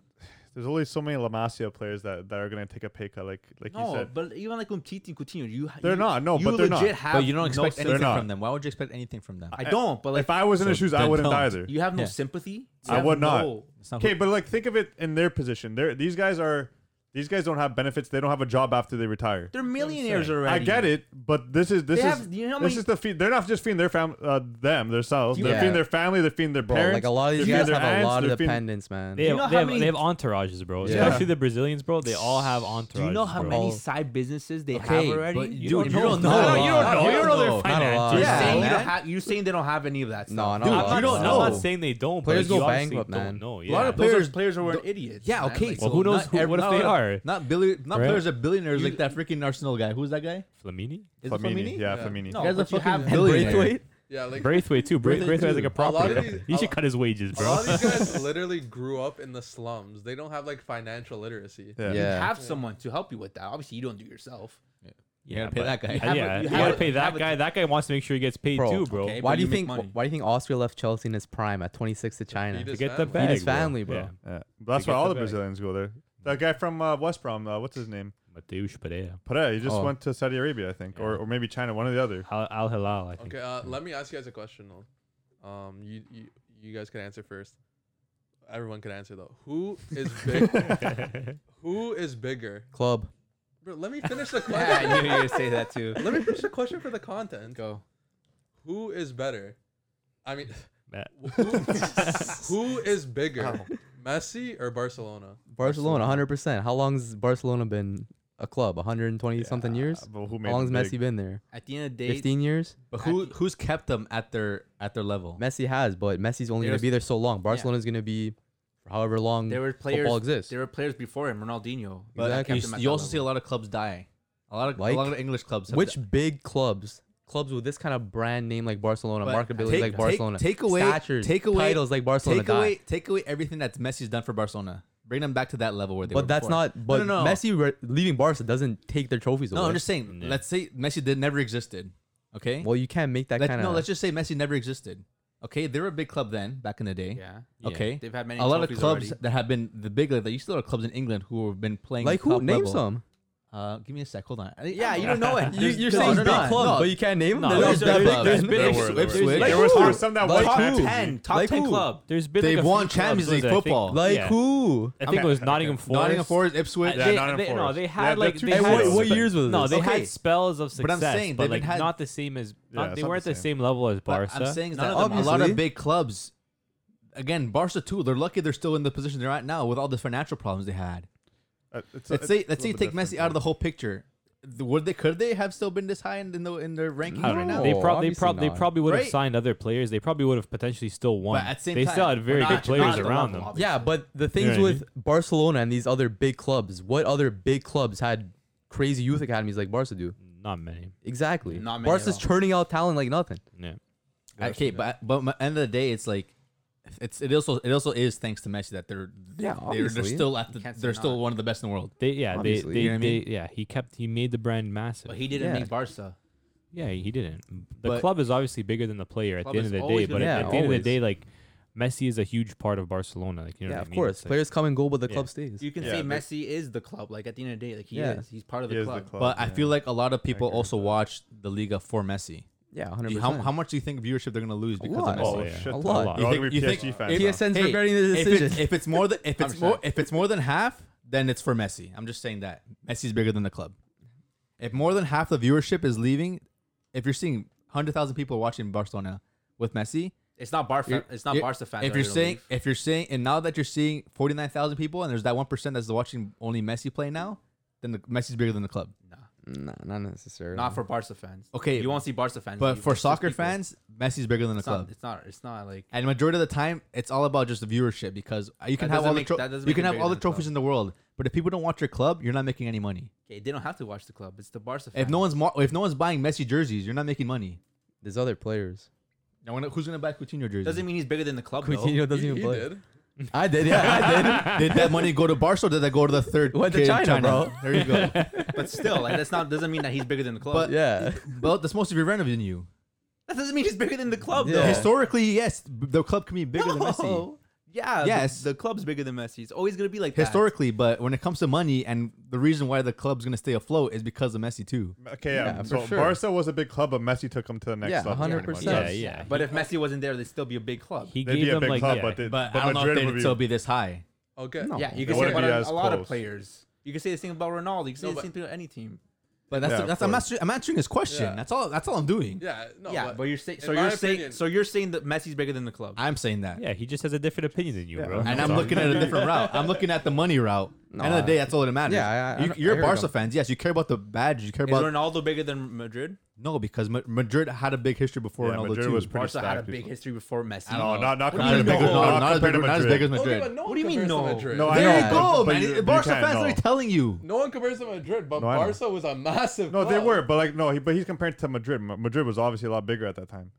[SPEAKER 6] there's only so many La Masia players that, that are gonna take a pay cut. Like like you
[SPEAKER 3] No,
[SPEAKER 6] said,
[SPEAKER 3] but even like Umtiti and Coutinho, you
[SPEAKER 6] They're
[SPEAKER 3] you-
[SPEAKER 6] not, no,
[SPEAKER 3] you
[SPEAKER 6] but they're
[SPEAKER 3] legit
[SPEAKER 6] not.
[SPEAKER 3] Have
[SPEAKER 4] But you don't
[SPEAKER 3] no
[SPEAKER 4] expect
[SPEAKER 3] sympathy.
[SPEAKER 6] They're
[SPEAKER 4] anything
[SPEAKER 6] not.
[SPEAKER 4] from them. Why would you expect anything from them?
[SPEAKER 3] I don't, but like
[SPEAKER 6] if I was in their
[SPEAKER 4] so
[SPEAKER 6] shoes, I
[SPEAKER 4] then
[SPEAKER 6] wouldn't
[SPEAKER 4] don't.
[SPEAKER 6] either.
[SPEAKER 3] you have no
[SPEAKER 4] Yeah.
[SPEAKER 3] sympathy.
[SPEAKER 6] I
[SPEAKER 3] You
[SPEAKER 6] would
[SPEAKER 3] have
[SPEAKER 6] not.
[SPEAKER 3] no-
[SPEAKER 4] It's not
[SPEAKER 6] Okay,
[SPEAKER 4] who-
[SPEAKER 6] but like think of it in their position. They're, these guys are These guys don't have benefits. They don't have a job after they retire.
[SPEAKER 3] They're millionaires
[SPEAKER 5] saying.
[SPEAKER 3] already.
[SPEAKER 6] I get it, but this is this
[SPEAKER 3] They
[SPEAKER 6] is
[SPEAKER 3] have- you know how
[SPEAKER 6] this
[SPEAKER 3] many-
[SPEAKER 6] is the feed. They're not just feeding their fam, uh, them themselves. They're
[SPEAKER 1] Yeah.
[SPEAKER 6] feeding their family. They're feeding their
[SPEAKER 1] bro.
[SPEAKER 6] parents.
[SPEAKER 1] like a lot of these
[SPEAKER 6] they're
[SPEAKER 1] guys have
[SPEAKER 6] feeding their
[SPEAKER 1] a lot
[SPEAKER 6] aunts,
[SPEAKER 1] of
[SPEAKER 6] they're feeding-
[SPEAKER 1] dependents, man.
[SPEAKER 2] They
[SPEAKER 3] you
[SPEAKER 2] have,
[SPEAKER 3] know how
[SPEAKER 2] they, have,
[SPEAKER 3] many-
[SPEAKER 2] they have entourages, bro.
[SPEAKER 1] Yeah.
[SPEAKER 2] Especially the Brazilians, bro. They all have entourages.
[SPEAKER 3] Do you know how
[SPEAKER 2] bro.
[SPEAKER 3] many
[SPEAKER 1] All-
[SPEAKER 3] side businesses they
[SPEAKER 1] Okay,
[SPEAKER 3] have already?
[SPEAKER 4] But
[SPEAKER 2] You
[SPEAKER 4] dude,
[SPEAKER 2] don't
[SPEAKER 4] you don't
[SPEAKER 2] know.
[SPEAKER 4] know.
[SPEAKER 2] No, you don't
[SPEAKER 4] Not
[SPEAKER 2] know.
[SPEAKER 4] a
[SPEAKER 2] You don't
[SPEAKER 4] lot.
[SPEAKER 2] know their
[SPEAKER 4] Not a
[SPEAKER 1] lot.
[SPEAKER 2] finances.
[SPEAKER 1] You're
[SPEAKER 3] yeah,
[SPEAKER 1] saying
[SPEAKER 3] you
[SPEAKER 1] that?
[SPEAKER 3] don't have. You're saying they don't have any of that.
[SPEAKER 1] No,
[SPEAKER 3] stuff.
[SPEAKER 1] not a lot.
[SPEAKER 2] I'm not,
[SPEAKER 4] you don't
[SPEAKER 2] I'm
[SPEAKER 4] know.
[SPEAKER 2] not saying they don't.
[SPEAKER 1] Players
[SPEAKER 2] but you
[SPEAKER 1] go
[SPEAKER 2] obviously
[SPEAKER 1] bankrupt,
[SPEAKER 2] don't
[SPEAKER 1] man.
[SPEAKER 2] know,
[SPEAKER 4] A lot
[SPEAKER 2] yeah.
[SPEAKER 4] of players.
[SPEAKER 3] players who are idiots.
[SPEAKER 4] Yeah,
[SPEAKER 3] man,
[SPEAKER 4] okay.
[SPEAKER 3] like,
[SPEAKER 2] Well, who
[SPEAKER 4] not
[SPEAKER 2] knows who-
[SPEAKER 4] every-
[SPEAKER 2] what if
[SPEAKER 4] not
[SPEAKER 2] they
[SPEAKER 4] all-
[SPEAKER 2] are?
[SPEAKER 4] Not billi- Not
[SPEAKER 2] Right?
[SPEAKER 4] players are billionaires
[SPEAKER 5] You-
[SPEAKER 4] like that freaking Arsenal guy. Who's that guy?
[SPEAKER 2] Flamini,
[SPEAKER 4] Is it
[SPEAKER 6] Flamini,
[SPEAKER 4] Flamini?
[SPEAKER 6] yeah,
[SPEAKER 5] Yeah.
[SPEAKER 6] Flamini.
[SPEAKER 3] No,
[SPEAKER 4] He has a
[SPEAKER 3] but you
[SPEAKER 4] fucking
[SPEAKER 3] have-
[SPEAKER 4] billionaire.
[SPEAKER 1] Braithwaite?
[SPEAKER 5] Yeah, like
[SPEAKER 2] Braithwaite too. Bra-
[SPEAKER 4] Braithwaite
[SPEAKER 2] Braithwaite has like
[SPEAKER 4] too.
[SPEAKER 2] a
[SPEAKER 4] A lot
[SPEAKER 5] of
[SPEAKER 2] property.
[SPEAKER 5] these-
[SPEAKER 2] He should cut his wages,
[SPEAKER 5] a lot
[SPEAKER 2] bro.
[SPEAKER 5] of these guys literally grew up in the slums. They don't have like financial literacy.
[SPEAKER 6] Yeah.
[SPEAKER 3] You
[SPEAKER 1] Yeah.
[SPEAKER 3] have someone to help you with that. Obviously, you don't do it yourself.
[SPEAKER 4] You gotta pay
[SPEAKER 2] but-
[SPEAKER 4] that guy.
[SPEAKER 2] Yeah,
[SPEAKER 3] have a-
[SPEAKER 2] yeah,
[SPEAKER 3] you
[SPEAKER 2] you
[SPEAKER 3] have
[SPEAKER 2] gotta
[SPEAKER 3] a-
[SPEAKER 2] pay
[SPEAKER 3] you
[SPEAKER 2] that
[SPEAKER 3] have a-
[SPEAKER 2] guy. That guy wants to make sure he gets paid
[SPEAKER 1] Bro,
[SPEAKER 2] too, bro.
[SPEAKER 3] okay,
[SPEAKER 1] why
[SPEAKER 3] but
[SPEAKER 1] do you
[SPEAKER 3] you make
[SPEAKER 1] think
[SPEAKER 3] money.
[SPEAKER 1] why do you think Austria left Chelsea in his prime at 26 to China?
[SPEAKER 5] Feed
[SPEAKER 2] To
[SPEAKER 5] his
[SPEAKER 2] get the
[SPEAKER 5] family.
[SPEAKER 2] bag,
[SPEAKER 1] Feed his family, bro.
[SPEAKER 2] Yeah.
[SPEAKER 6] Yeah. But that's
[SPEAKER 2] They
[SPEAKER 6] why
[SPEAKER 2] get
[SPEAKER 6] all
[SPEAKER 2] the
[SPEAKER 6] the
[SPEAKER 2] bag.
[SPEAKER 6] Brazilians go there. That guy from uh, West Brom, uh, what's his name?
[SPEAKER 2] Mateus Pereira,
[SPEAKER 6] Pereira. He just
[SPEAKER 1] Oh.
[SPEAKER 6] went to Saudi Arabia, I think, or,
[SPEAKER 2] Yeah.
[SPEAKER 6] or maybe China, one or the other.
[SPEAKER 2] Al, Al Hilal, I think.
[SPEAKER 5] Okay, uh, let me ask you guys a question though. Um, you you, you guys can answer first. Everyone can answer though. Who is big? who is bigger?
[SPEAKER 1] Club.
[SPEAKER 5] Bro, let me finish the
[SPEAKER 3] Yeah, I
[SPEAKER 5] question.
[SPEAKER 3] knew you were gonna say that too.
[SPEAKER 5] let me finish the question for the content.
[SPEAKER 3] Go.
[SPEAKER 5] Who is better? I mean,
[SPEAKER 2] Matt.
[SPEAKER 5] who, who is bigger,
[SPEAKER 6] Oh.
[SPEAKER 5] Messi or Barcelona?
[SPEAKER 1] Barcelona 100%. How long's Barcelona been a club? 120 something years?
[SPEAKER 6] But who made
[SPEAKER 1] How long's
[SPEAKER 6] them big?
[SPEAKER 1] Messi been there?
[SPEAKER 3] At the end of the day,
[SPEAKER 1] 15 years?
[SPEAKER 4] But who who's kept them at their at their level?
[SPEAKER 1] Messi has, but Messi's only going to
[SPEAKER 4] There's-
[SPEAKER 1] be there so long. Barcelona's going to be for however long
[SPEAKER 3] there were players.
[SPEAKER 1] football exists.
[SPEAKER 3] There were players before him, Ronaldinho.
[SPEAKER 4] But
[SPEAKER 1] Exactly.
[SPEAKER 4] you,
[SPEAKER 3] Kept him at
[SPEAKER 4] you
[SPEAKER 3] that
[SPEAKER 4] also
[SPEAKER 3] level.
[SPEAKER 4] see a lot of clubs dying. A lot of
[SPEAKER 1] Like-
[SPEAKER 4] a lot of English clubs. have
[SPEAKER 1] Which
[SPEAKER 4] di-
[SPEAKER 1] big clubs, clubs with this kind of brand name like Barcelona,
[SPEAKER 4] but
[SPEAKER 1] marketability
[SPEAKER 4] uh, take-
[SPEAKER 1] like Barcelona,
[SPEAKER 4] Take, take away
[SPEAKER 1] statures,
[SPEAKER 4] take away
[SPEAKER 1] titles like Barcelona,
[SPEAKER 4] Take
[SPEAKER 1] die.
[SPEAKER 4] away take away everything that Messi's done for Barcelona. Bring them back to that level where they were.
[SPEAKER 1] but that's
[SPEAKER 4] before.
[SPEAKER 1] not. But
[SPEAKER 4] no, no.
[SPEAKER 1] Messi re- leaving Barca doesn't take their trophies
[SPEAKER 4] No,
[SPEAKER 1] away.
[SPEAKER 4] I'm just saying.
[SPEAKER 2] Yeah.
[SPEAKER 4] Let's say Messi did never existed. Okay.
[SPEAKER 1] Well, you can't make that
[SPEAKER 4] Let-
[SPEAKER 1] kind of.
[SPEAKER 4] no, let's just say Messi never existed. Okay, they were a big club then, back in the day.
[SPEAKER 3] Yeah.
[SPEAKER 4] Okay.
[SPEAKER 3] They've had many.
[SPEAKER 4] A lot of
[SPEAKER 3] trophies
[SPEAKER 4] clubs
[SPEAKER 3] already.
[SPEAKER 4] that have been the big league. That you still have clubs in England who have been playing
[SPEAKER 1] like
[SPEAKER 4] the
[SPEAKER 1] who?
[SPEAKER 4] top
[SPEAKER 1] Name
[SPEAKER 4] level.
[SPEAKER 1] some.
[SPEAKER 4] Uh, give me a sec. Hold on. I-
[SPEAKER 3] Yeah, you don't know it.
[SPEAKER 1] You, you're
[SPEAKER 4] no,
[SPEAKER 1] saying
[SPEAKER 4] they're
[SPEAKER 1] big
[SPEAKER 4] not.
[SPEAKER 1] clubs,
[SPEAKER 4] No.
[SPEAKER 1] but you can't name
[SPEAKER 4] No,
[SPEAKER 1] them. There's,
[SPEAKER 4] there's
[SPEAKER 1] there's,
[SPEAKER 4] big-
[SPEAKER 1] big-
[SPEAKER 4] there's
[SPEAKER 1] there's
[SPEAKER 4] big-
[SPEAKER 1] big.
[SPEAKER 4] There were,
[SPEAKER 1] there's
[SPEAKER 4] there were.
[SPEAKER 1] big-
[SPEAKER 4] Like
[SPEAKER 6] there was,
[SPEAKER 1] who?
[SPEAKER 6] there was some that
[SPEAKER 1] Like
[SPEAKER 6] went
[SPEAKER 1] who?
[SPEAKER 6] to-
[SPEAKER 3] Ten top
[SPEAKER 1] Like
[SPEAKER 3] ten
[SPEAKER 1] who?
[SPEAKER 3] club.
[SPEAKER 2] There's been
[SPEAKER 4] They've
[SPEAKER 2] like a
[SPEAKER 4] won
[SPEAKER 2] few clubs,
[SPEAKER 4] Champions
[SPEAKER 2] those
[SPEAKER 4] League
[SPEAKER 2] I think-
[SPEAKER 4] football.
[SPEAKER 1] Like
[SPEAKER 2] Yeah.
[SPEAKER 1] who?
[SPEAKER 2] I think it was Nottingham Forest.
[SPEAKER 4] Nottingham Forest,
[SPEAKER 2] Uh,
[SPEAKER 4] Ipswich.
[SPEAKER 6] Yeah,
[SPEAKER 2] they-
[SPEAKER 6] Nottingham
[SPEAKER 2] they- No,
[SPEAKER 6] Forest.
[SPEAKER 2] they
[SPEAKER 6] Yeah,
[SPEAKER 2] had
[SPEAKER 6] they're
[SPEAKER 2] like
[SPEAKER 6] two
[SPEAKER 2] they
[SPEAKER 1] And
[SPEAKER 6] clubs.
[SPEAKER 2] had,
[SPEAKER 1] what,
[SPEAKER 6] Yeah.
[SPEAKER 1] what years was
[SPEAKER 2] no,
[SPEAKER 1] this?
[SPEAKER 2] they
[SPEAKER 4] Okay.
[SPEAKER 2] had spells of
[SPEAKER 4] But
[SPEAKER 2] success,
[SPEAKER 4] I'm
[SPEAKER 2] but,
[SPEAKER 4] saying they've
[SPEAKER 2] like
[SPEAKER 4] had-
[SPEAKER 2] not the same as
[SPEAKER 6] Yeah,
[SPEAKER 2] not,
[SPEAKER 6] it's
[SPEAKER 2] they
[SPEAKER 6] not
[SPEAKER 2] weren't
[SPEAKER 6] the
[SPEAKER 2] the same level as
[SPEAKER 4] But
[SPEAKER 2] Barca.
[SPEAKER 4] I'm saying is
[SPEAKER 3] None
[SPEAKER 4] that
[SPEAKER 3] of them
[SPEAKER 4] a
[SPEAKER 3] are.
[SPEAKER 4] lot of
[SPEAKER 1] Obviously.
[SPEAKER 4] big clubs, again, Barca too. They're lucky they're still in the position they're at now with all the financial problems they had.
[SPEAKER 6] Uh, it's a-
[SPEAKER 4] Let's say
[SPEAKER 6] it's a
[SPEAKER 4] let's say you
[SPEAKER 6] little
[SPEAKER 4] take
[SPEAKER 6] bit
[SPEAKER 4] Messi
[SPEAKER 6] different,
[SPEAKER 4] out of the whole picture. The- Would they could they have still been this high in, in the in their rankings
[SPEAKER 2] I
[SPEAKER 4] right
[SPEAKER 2] don't
[SPEAKER 4] now?
[SPEAKER 1] No,
[SPEAKER 2] know. They, prob- they,
[SPEAKER 1] obviously
[SPEAKER 2] prob- they
[SPEAKER 1] not.
[SPEAKER 2] probably would have
[SPEAKER 4] Right?
[SPEAKER 2] signed other players. They probably would have potentially still won.
[SPEAKER 4] at the same
[SPEAKER 2] they still
[SPEAKER 4] time,
[SPEAKER 2] had very
[SPEAKER 4] we're
[SPEAKER 2] good
[SPEAKER 4] not-
[SPEAKER 2] players
[SPEAKER 4] not at the
[SPEAKER 2] around
[SPEAKER 4] level,
[SPEAKER 2] them.
[SPEAKER 4] obviously.
[SPEAKER 1] Yeah, but the things
[SPEAKER 2] what I
[SPEAKER 1] with Barcelona and these other big clubs, what other big clubs had crazy youth academies like Barca do?
[SPEAKER 2] Not many.
[SPEAKER 1] Exactly.
[SPEAKER 3] Not many at
[SPEAKER 1] Barca's
[SPEAKER 3] all.
[SPEAKER 1] churning out talent like nothing.
[SPEAKER 2] Yeah.
[SPEAKER 4] Okay, but but my, end of the day, it's like it's it also it also is thanks to Messi that they're
[SPEAKER 1] Yeah,
[SPEAKER 4] they're, they're
[SPEAKER 1] obviously.
[SPEAKER 4] still at the,
[SPEAKER 3] You can't say
[SPEAKER 4] they're still
[SPEAKER 3] not.
[SPEAKER 4] one of the best in the world.
[SPEAKER 2] They yeah they,
[SPEAKER 1] Obviously,
[SPEAKER 2] they,
[SPEAKER 4] you know what I mean?
[SPEAKER 2] they- yeah he kept he made the brand massive.
[SPEAKER 3] But he didn't
[SPEAKER 1] Yeah.
[SPEAKER 3] make Barca.
[SPEAKER 2] yeah, he didn't. The
[SPEAKER 4] But-
[SPEAKER 2] club is obviously bigger than the player at
[SPEAKER 3] Club
[SPEAKER 2] the end
[SPEAKER 3] is
[SPEAKER 2] of the day.
[SPEAKER 3] always
[SPEAKER 2] But
[SPEAKER 3] gonna
[SPEAKER 1] be
[SPEAKER 2] at,
[SPEAKER 1] bigger.
[SPEAKER 2] at the end of the
[SPEAKER 1] Always.
[SPEAKER 2] day, like Messi is a huge part of Barcelona. Like you know
[SPEAKER 1] Yeah,
[SPEAKER 2] what I
[SPEAKER 1] of
[SPEAKER 2] mean?
[SPEAKER 1] course.
[SPEAKER 2] It's like-
[SPEAKER 1] Players come and go, but the
[SPEAKER 2] Yeah.
[SPEAKER 1] club stays.
[SPEAKER 3] You can
[SPEAKER 6] Yeah,
[SPEAKER 3] say
[SPEAKER 6] but-
[SPEAKER 3] Messi is the club. Like at the end of the day, like he
[SPEAKER 1] Yeah.
[SPEAKER 3] is. He's part of
[SPEAKER 6] He
[SPEAKER 3] the
[SPEAKER 6] is
[SPEAKER 3] club.
[SPEAKER 4] But I
[SPEAKER 6] yeah.
[SPEAKER 4] feel like a lot of people
[SPEAKER 6] agree
[SPEAKER 4] also
[SPEAKER 6] with that.
[SPEAKER 4] watch the Liga for Messi.
[SPEAKER 1] yeah, 100%.
[SPEAKER 4] How, how much do you think viewership they're gonna lose because of
[SPEAKER 1] lot.
[SPEAKER 4] Messi?
[SPEAKER 6] Oh,
[SPEAKER 2] Oh, yeah.
[SPEAKER 6] shit.
[SPEAKER 1] A
[SPEAKER 6] ton.
[SPEAKER 1] lot.
[SPEAKER 2] lot.
[SPEAKER 6] They're all
[SPEAKER 4] You
[SPEAKER 6] gonna be
[SPEAKER 4] think- you think-
[SPEAKER 6] PSG fans now.
[SPEAKER 1] TSN's
[SPEAKER 4] Hey,
[SPEAKER 1] regretting the
[SPEAKER 4] if
[SPEAKER 1] decision.
[SPEAKER 4] it's, if it's more than if it's
[SPEAKER 3] 100%.
[SPEAKER 4] more if it's more than half, then it's for Messi. I'm just saying that Messi's bigger than the club. If more than half the viewership is leaving, if you're seeing hundred thousand people watching Barcelona with Messi,
[SPEAKER 3] It's not Barca.
[SPEAKER 4] you're-
[SPEAKER 3] It's not
[SPEAKER 4] you're-
[SPEAKER 3] Barca fans.
[SPEAKER 4] If
[SPEAKER 3] that are
[SPEAKER 4] you're
[SPEAKER 3] gonna
[SPEAKER 4] saying
[SPEAKER 3] leave.
[SPEAKER 4] if you're saying and now that you're seeing forty nine thousand people and there's that one percent that's watching only Messi play now, then the, Messi's bigger than the club.
[SPEAKER 1] nah, not necessarily.
[SPEAKER 3] Not for Barca fans.
[SPEAKER 4] Okay,
[SPEAKER 3] you won't see Barca fans.
[SPEAKER 4] But
[SPEAKER 3] leave.
[SPEAKER 4] for
[SPEAKER 3] It's just
[SPEAKER 4] soccer
[SPEAKER 3] people.
[SPEAKER 4] fans, Messi's bigger than the
[SPEAKER 3] it's
[SPEAKER 4] club.
[SPEAKER 3] not. It's not. It's not like.
[SPEAKER 4] And majority of the time, it's all about just the viewership because you can have
[SPEAKER 3] doesn't
[SPEAKER 4] all
[SPEAKER 3] make-
[SPEAKER 4] the
[SPEAKER 3] that
[SPEAKER 4] tro-
[SPEAKER 3] doesn't
[SPEAKER 4] you
[SPEAKER 3] make
[SPEAKER 4] can
[SPEAKER 3] it
[SPEAKER 4] have
[SPEAKER 3] bigger
[SPEAKER 4] all the
[SPEAKER 3] than the club.
[SPEAKER 4] trophies in the world, but if people don't watch your club, you're not making any money.
[SPEAKER 3] Okay, they don't have to watch the club. It's the Barca fans.
[SPEAKER 4] If no one's mar- if no one's buying Messi jerseys, you're not making money.
[SPEAKER 1] There's other players.
[SPEAKER 4] Now, when, who's gonna buy Coutinho jerseys?
[SPEAKER 3] doesn't mean he's bigger than the club. though.
[SPEAKER 1] Coutinho doesn't
[SPEAKER 5] He,
[SPEAKER 1] even
[SPEAKER 5] he
[SPEAKER 1] play.
[SPEAKER 5] did.
[SPEAKER 1] I did, yeah, I did.
[SPEAKER 4] did that money go to Barca or did that go to the third?
[SPEAKER 1] Went to
[SPEAKER 4] kid in
[SPEAKER 1] China, bro.
[SPEAKER 4] There you go.
[SPEAKER 3] But still, like that's not doesn't mean that he's bigger than the club.
[SPEAKER 4] But-
[SPEAKER 1] yeah.
[SPEAKER 4] well, that's most of your rent than you.
[SPEAKER 3] that doesn't mean he's bigger than the club,
[SPEAKER 1] Yeah.
[SPEAKER 3] though.
[SPEAKER 4] Historically, yes, b- the club can be bigger than Messi.
[SPEAKER 3] No. Yeah.
[SPEAKER 4] Yes.
[SPEAKER 3] The, the club's bigger than Messi. It's always gonna be like that.
[SPEAKER 4] Historically, but when it comes to money and the reason why the club's gonna stay afloat is because of Messi too.
[SPEAKER 6] Okay, yeah.
[SPEAKER 1] Yeah,
[SPEAKER 6] so
[SPEAKER 1] for sure.
[SPEAKER 6] Barca was a big club, but Messi took them to the next
[SPEAKER 1] Yeah,
[SPEAKER 6] level.
[SPEAKER 1] 100%.
[SPEAKER 6] pretty much.
[SPEAKER 2] yeah yeah.
[SPEAKER 3] But if Messi wasn't there, they'd still be a big club.
[SPEAKER 2] he
[SPEAKER 6] They'd
[SPEAKER 2] gave
[SPEAKER 6] be a
[SPEAKER 2] them
[SPEAKER 6] big
[SPEAKER 2] like
[SPEAKER 6] club,
[SPEAKER 2] yeah,
[SPEAKER 6] but, they,
[SPEAKER 4] But, I don't know
[SPEAKER 6] Madrid
[SPEAKER 4] if
[SPEAKER 6] would
[SPEAKER 4] they'd
[SPEAKER 6] be,
[SPEAKER 4] still be this high.
[SPEAKER 5] Okay.
[SPEAKER 1] No.
[SPEAKER 3] yeah, you
[SPEAKER 6] They
[SPEAKER 3] can say
[SPEAKER 6] wouldn't
[SPEAKER 3] about
[SPEAKER 6] be
[SPEAKER 3] a,
[SPEAKER 6] as
[SPEAKER 3] a lot of
[SPEAKER 6] close.
[SPEAKER 3] players. You can say the same about Ronaldo. You can say
[SPEAKER 5] No,
[SPEAKER 3] the
[SPEAKER 5] but-
[SPEAKER 3] same thing about any team.
[SPEAKER 4] But that's
[SPEAKER 6] Yeah,
[SPEAKER 4] the-
[SPEAKER 6] of
[SPEAKER 4] that's I'm not I'm answering his question.
[SPEAKER 5] Yeah.
[SPEAKER 4] That's all. That's all I'm doing.
[SPEAKER 5] Yeah, no,
[SPEAKER 3] yeah,
[SPEAKER 5] but,
[SPEAKER 3] but, you're saying so.
[SPEAKER 5] in my
[SPEAKER 3] You're saying
[SPEAKER 5] opinion-
[SPEAKER 3] so. You're saying that Messi's bigger than the club.
[SPEAKER 4] I'm saying that.
[SPEAKER 2] Yeah, he just has a different opinion than you,
[SPEAKER 6] Yeah.
[SPEAKER 2] bro.
[SPEAKER 4] And
[SPEAKER 2] That's
[SPEAKER 4] I'm
[SPEAKER 2] all.
[SPEAKER 4] looking at a different route. I'm looking at the money route.
[SPEAKER 1] No,
[SPEAKER 4] End of the
[SPEAKER 1] I-
[SPEAKER 4] day, that's all that matters.
[SPEAKER 1] Yeah, I- I-
[SPEAKER 4] you,
[SPEAKER 1] I
[SPEAKER 4] you're
[SPEAKER 1] heard
[SPEAKER 4] Barca
[SPEAKER 1] him.
[SPEAKER 4] fans. Yes, you care about the badge. You care
[SPEAKER 3] Is
[SPEAKER 4] about
[SPEAKER 3] Ronaldo bigger than Madrid?
[SPEAKER 4] no, because Ma- Madrid had a big history before
[SPEAKER 6] Yeah,
[SPEAKER 4] Ronaldo
[SPEAKER 6] Madrid
[SPEAKER 4] too.
[SPEAKER 6] was pretty
[SPEAKER 3] Barca had a
[SPEAKER 6] stacked
[SPEAKER 3] big
[SPEAKER 6] before.
[SPEAKER 3] history before Messi.
[SPEAKER 4] No,
[SPEAKER 6] not
[SPEAKER 4] Not
[SPEAKER 6] not
[SPEAKER 4] as
[SPEAKER 6] compared to
[SPEAKER 4] big-
[SPEAKER 6] Madrid.
[SPEAKER 4] no, not as
[SPEAKER 6] compared
[SPEAKER 4] big-
[SPEAKER 6] to
[SPEAKER 4] not as big
[SPEAKER 6] Madrid.
[SPEAKER 4] as
[SPEAKER 5] okay,
[SPEAKER 4] Madrid.
[SPEAKER 5] Oh, but no
[SPEAKER 3] What
[SPEAKER 5] one
[SPEAKER 3] do you mean,
[SPEAKER 5] compares to
[SPEAKER 3] no?
[SPEAKER 5] Madrid.
[SPEAKER 6] No, I
[SPEAKER 4] There
[SPEAKER 6] know,
[SPEAKER 4] you go,
[SPEAKER 6] but- but
[SPEAKER 4] man.
[SPEAKER 6] you- you
[SPEAKER 4] Barca
[SPEAKER 6] can't
[SPEAKER 4] fans are
[SPEAKER 6] know.
[SPEAKER 4] telling you.
[SPEAKER 5] no one compares to Madrid, but
[SPEAKER 6] No, I know.
[SPEAKER 5] Barca was a massive.
[SPEAKER 6] No, they
[SPEAKER 5] club.
[SPEAKER 6] were, but like no, he, but he's compared to Madrid. Ma- Madrid was obviously a lot bigger at that time.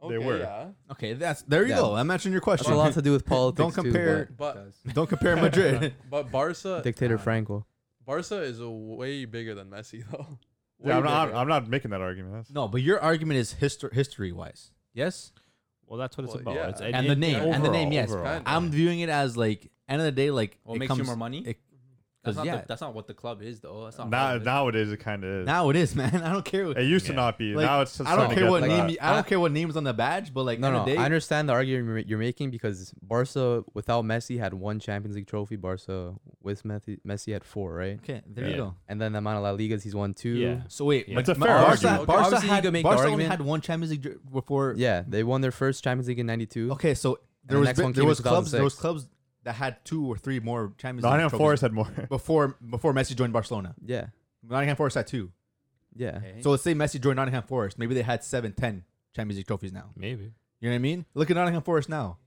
[SPEAKER 6] They
[SPEAKER 5] Okay,
[SPEAKER 6] were.
[SPEAKER 5] Yeah,
[SPEAKER 4] Okay, that's there you
[SPEAKER 1] Yeah.
[SPEAKER 4] go. I'm answering your
[SPEAKER 1] That's a lot
[SPEAKER 4] question.
[SPEAKER 1] to do with politics. too,
[SPEAKER 4] compare-
[SPEAKER 1] but
[SPEAKER 5] but
[SPEAKER 4] Don't compare Madrid.
[SPEAKER 5] but Barca,
[SPEAKER 1] dictator Franco.
[SPEAKER 5] Barca is way bigger than Messi though. Way
[SPEAKER 6] Yeah, I'm not.
[SPEAKER 5] bigger.
[SPEAKER 6] I'm not making that argument. That's,
[SPEAKER 4] no, but your argument is history history wise. Yes,
[SPEAKER 2] Well, that's what it's
[SPEAKER 5] Well,
[SPEAKER 2] about.
[SPEAKER 5] yeah.
[SPEAKER 2] It's,
[SPEAKER 5] And
[SPEAKER 4] the name, and the name, yes.
[SPEAKER 5] Kinda.
[SPEAKER 4] I'm viewing it as like end of the day, like
[SPEAKER 3] What
[SPEAKER 4] it
[SPEAKER 3] makes you
[SPEAKER 4] comes-
[SPEAKER 3] more money?
[SPEAKER 4] it-
[SPEAKER 3] that's, not
[SPEAKER 4] 'cause, yeah,
[SPEAKER 3] the, that's not what the club is, though. That's not.
[SPEAKER 6] now,
[SPEAKER 3] what it is.
[SPEAKER 6] nowadays it kind of is.
[SPEAKER 4] now it is, man. I don't care. What,
[SPEAKER 6] it used to
[SPEAKER 2] Yeah.
[SPEAKER 6] not be.
[SPEAKER 4] Like,
[SPEAKER 6] now it's. Just
[SPEAKER 4] I don't
[SPEAKER 6] starting to
[SPEAKER 4] care
[SPEAKER 6] get
[SPEAKER 4] what
[SPEAKER 6] to
[SPEAKER 4] name.
[SPEAKER 6] that.
[SPEAKER 4] you- I don't care what name's on the badge, but like
[SPEAKER 1] No,
[SPEAKER 4] end
[SPEAKER 1] no,
[SPEAKER 4] of the day,
[SPEAKER 1] I understand the argument you're- you're making because Barca without Messi had one Champions League trophy. Barca with Messi, Messi had four, right?
[SPEAKER 4] Okay, there you
[SPEAKER 2] Yeah.
[SPEAKER 4] go.
[SPEAKER 1] And then the amount of La Ligas, he's won two.
[SPEAKER 2] Yeah.
[SPEAKER 4] So wait,
[SPEAKER 2] Yeah. It's
[SPEAKER 6] a
[SPEAKER 4] Ma-
[SPEAKER 6] fair
[SPEAKER 4] Barca,
[SPEAKER 6] argument.
[SPEAKER 4] Barca
[SPEAKER 1] Obviously, you
[SPEAKER 4] had,
[SPEAKER 1] could make the
[SPEAKER 4] Barca only
[SPEAKER 1] argument.
[SPEAKER 4] had one Champions League dr- before.
[SPEAKER 1] Yeah, they won their first Champions League in '92.
[SPEAKER 4] Okay, so
[SPEAKER 1] the
[SPEAKER 4] there was
[SPEAKER 1] next
[SPEAKER 4] bi-
[SPEAKER 1] one
[SPEAKER 4] there
[SPEAKER 1] came in
[SPEAKER 4] was clubs there was
[SPEAKER 1] 2006.
[SPEAKER 4] clubs that had two or three more Champions League
[SPEAKER 6] Nottingham
[SPEAKER 4] trophies
[SPEAKER 6] Forest had more.
[SPEAKER 4] before before Messi joined Barcelona.
[SPEAKER 1] Yeah,
[SPEAKER 4] Nottingham Forest had two.
[SPEAKER 1] yeah.
[SPEAKER 4] So let's say Messi joined Nottingham Forest. Maybe they had seven, ten Champions League trophies now.
[SPEAKER 2] Maybe.
[SPEAKER 4] You know what I mean? Look at Nottingham Forest now.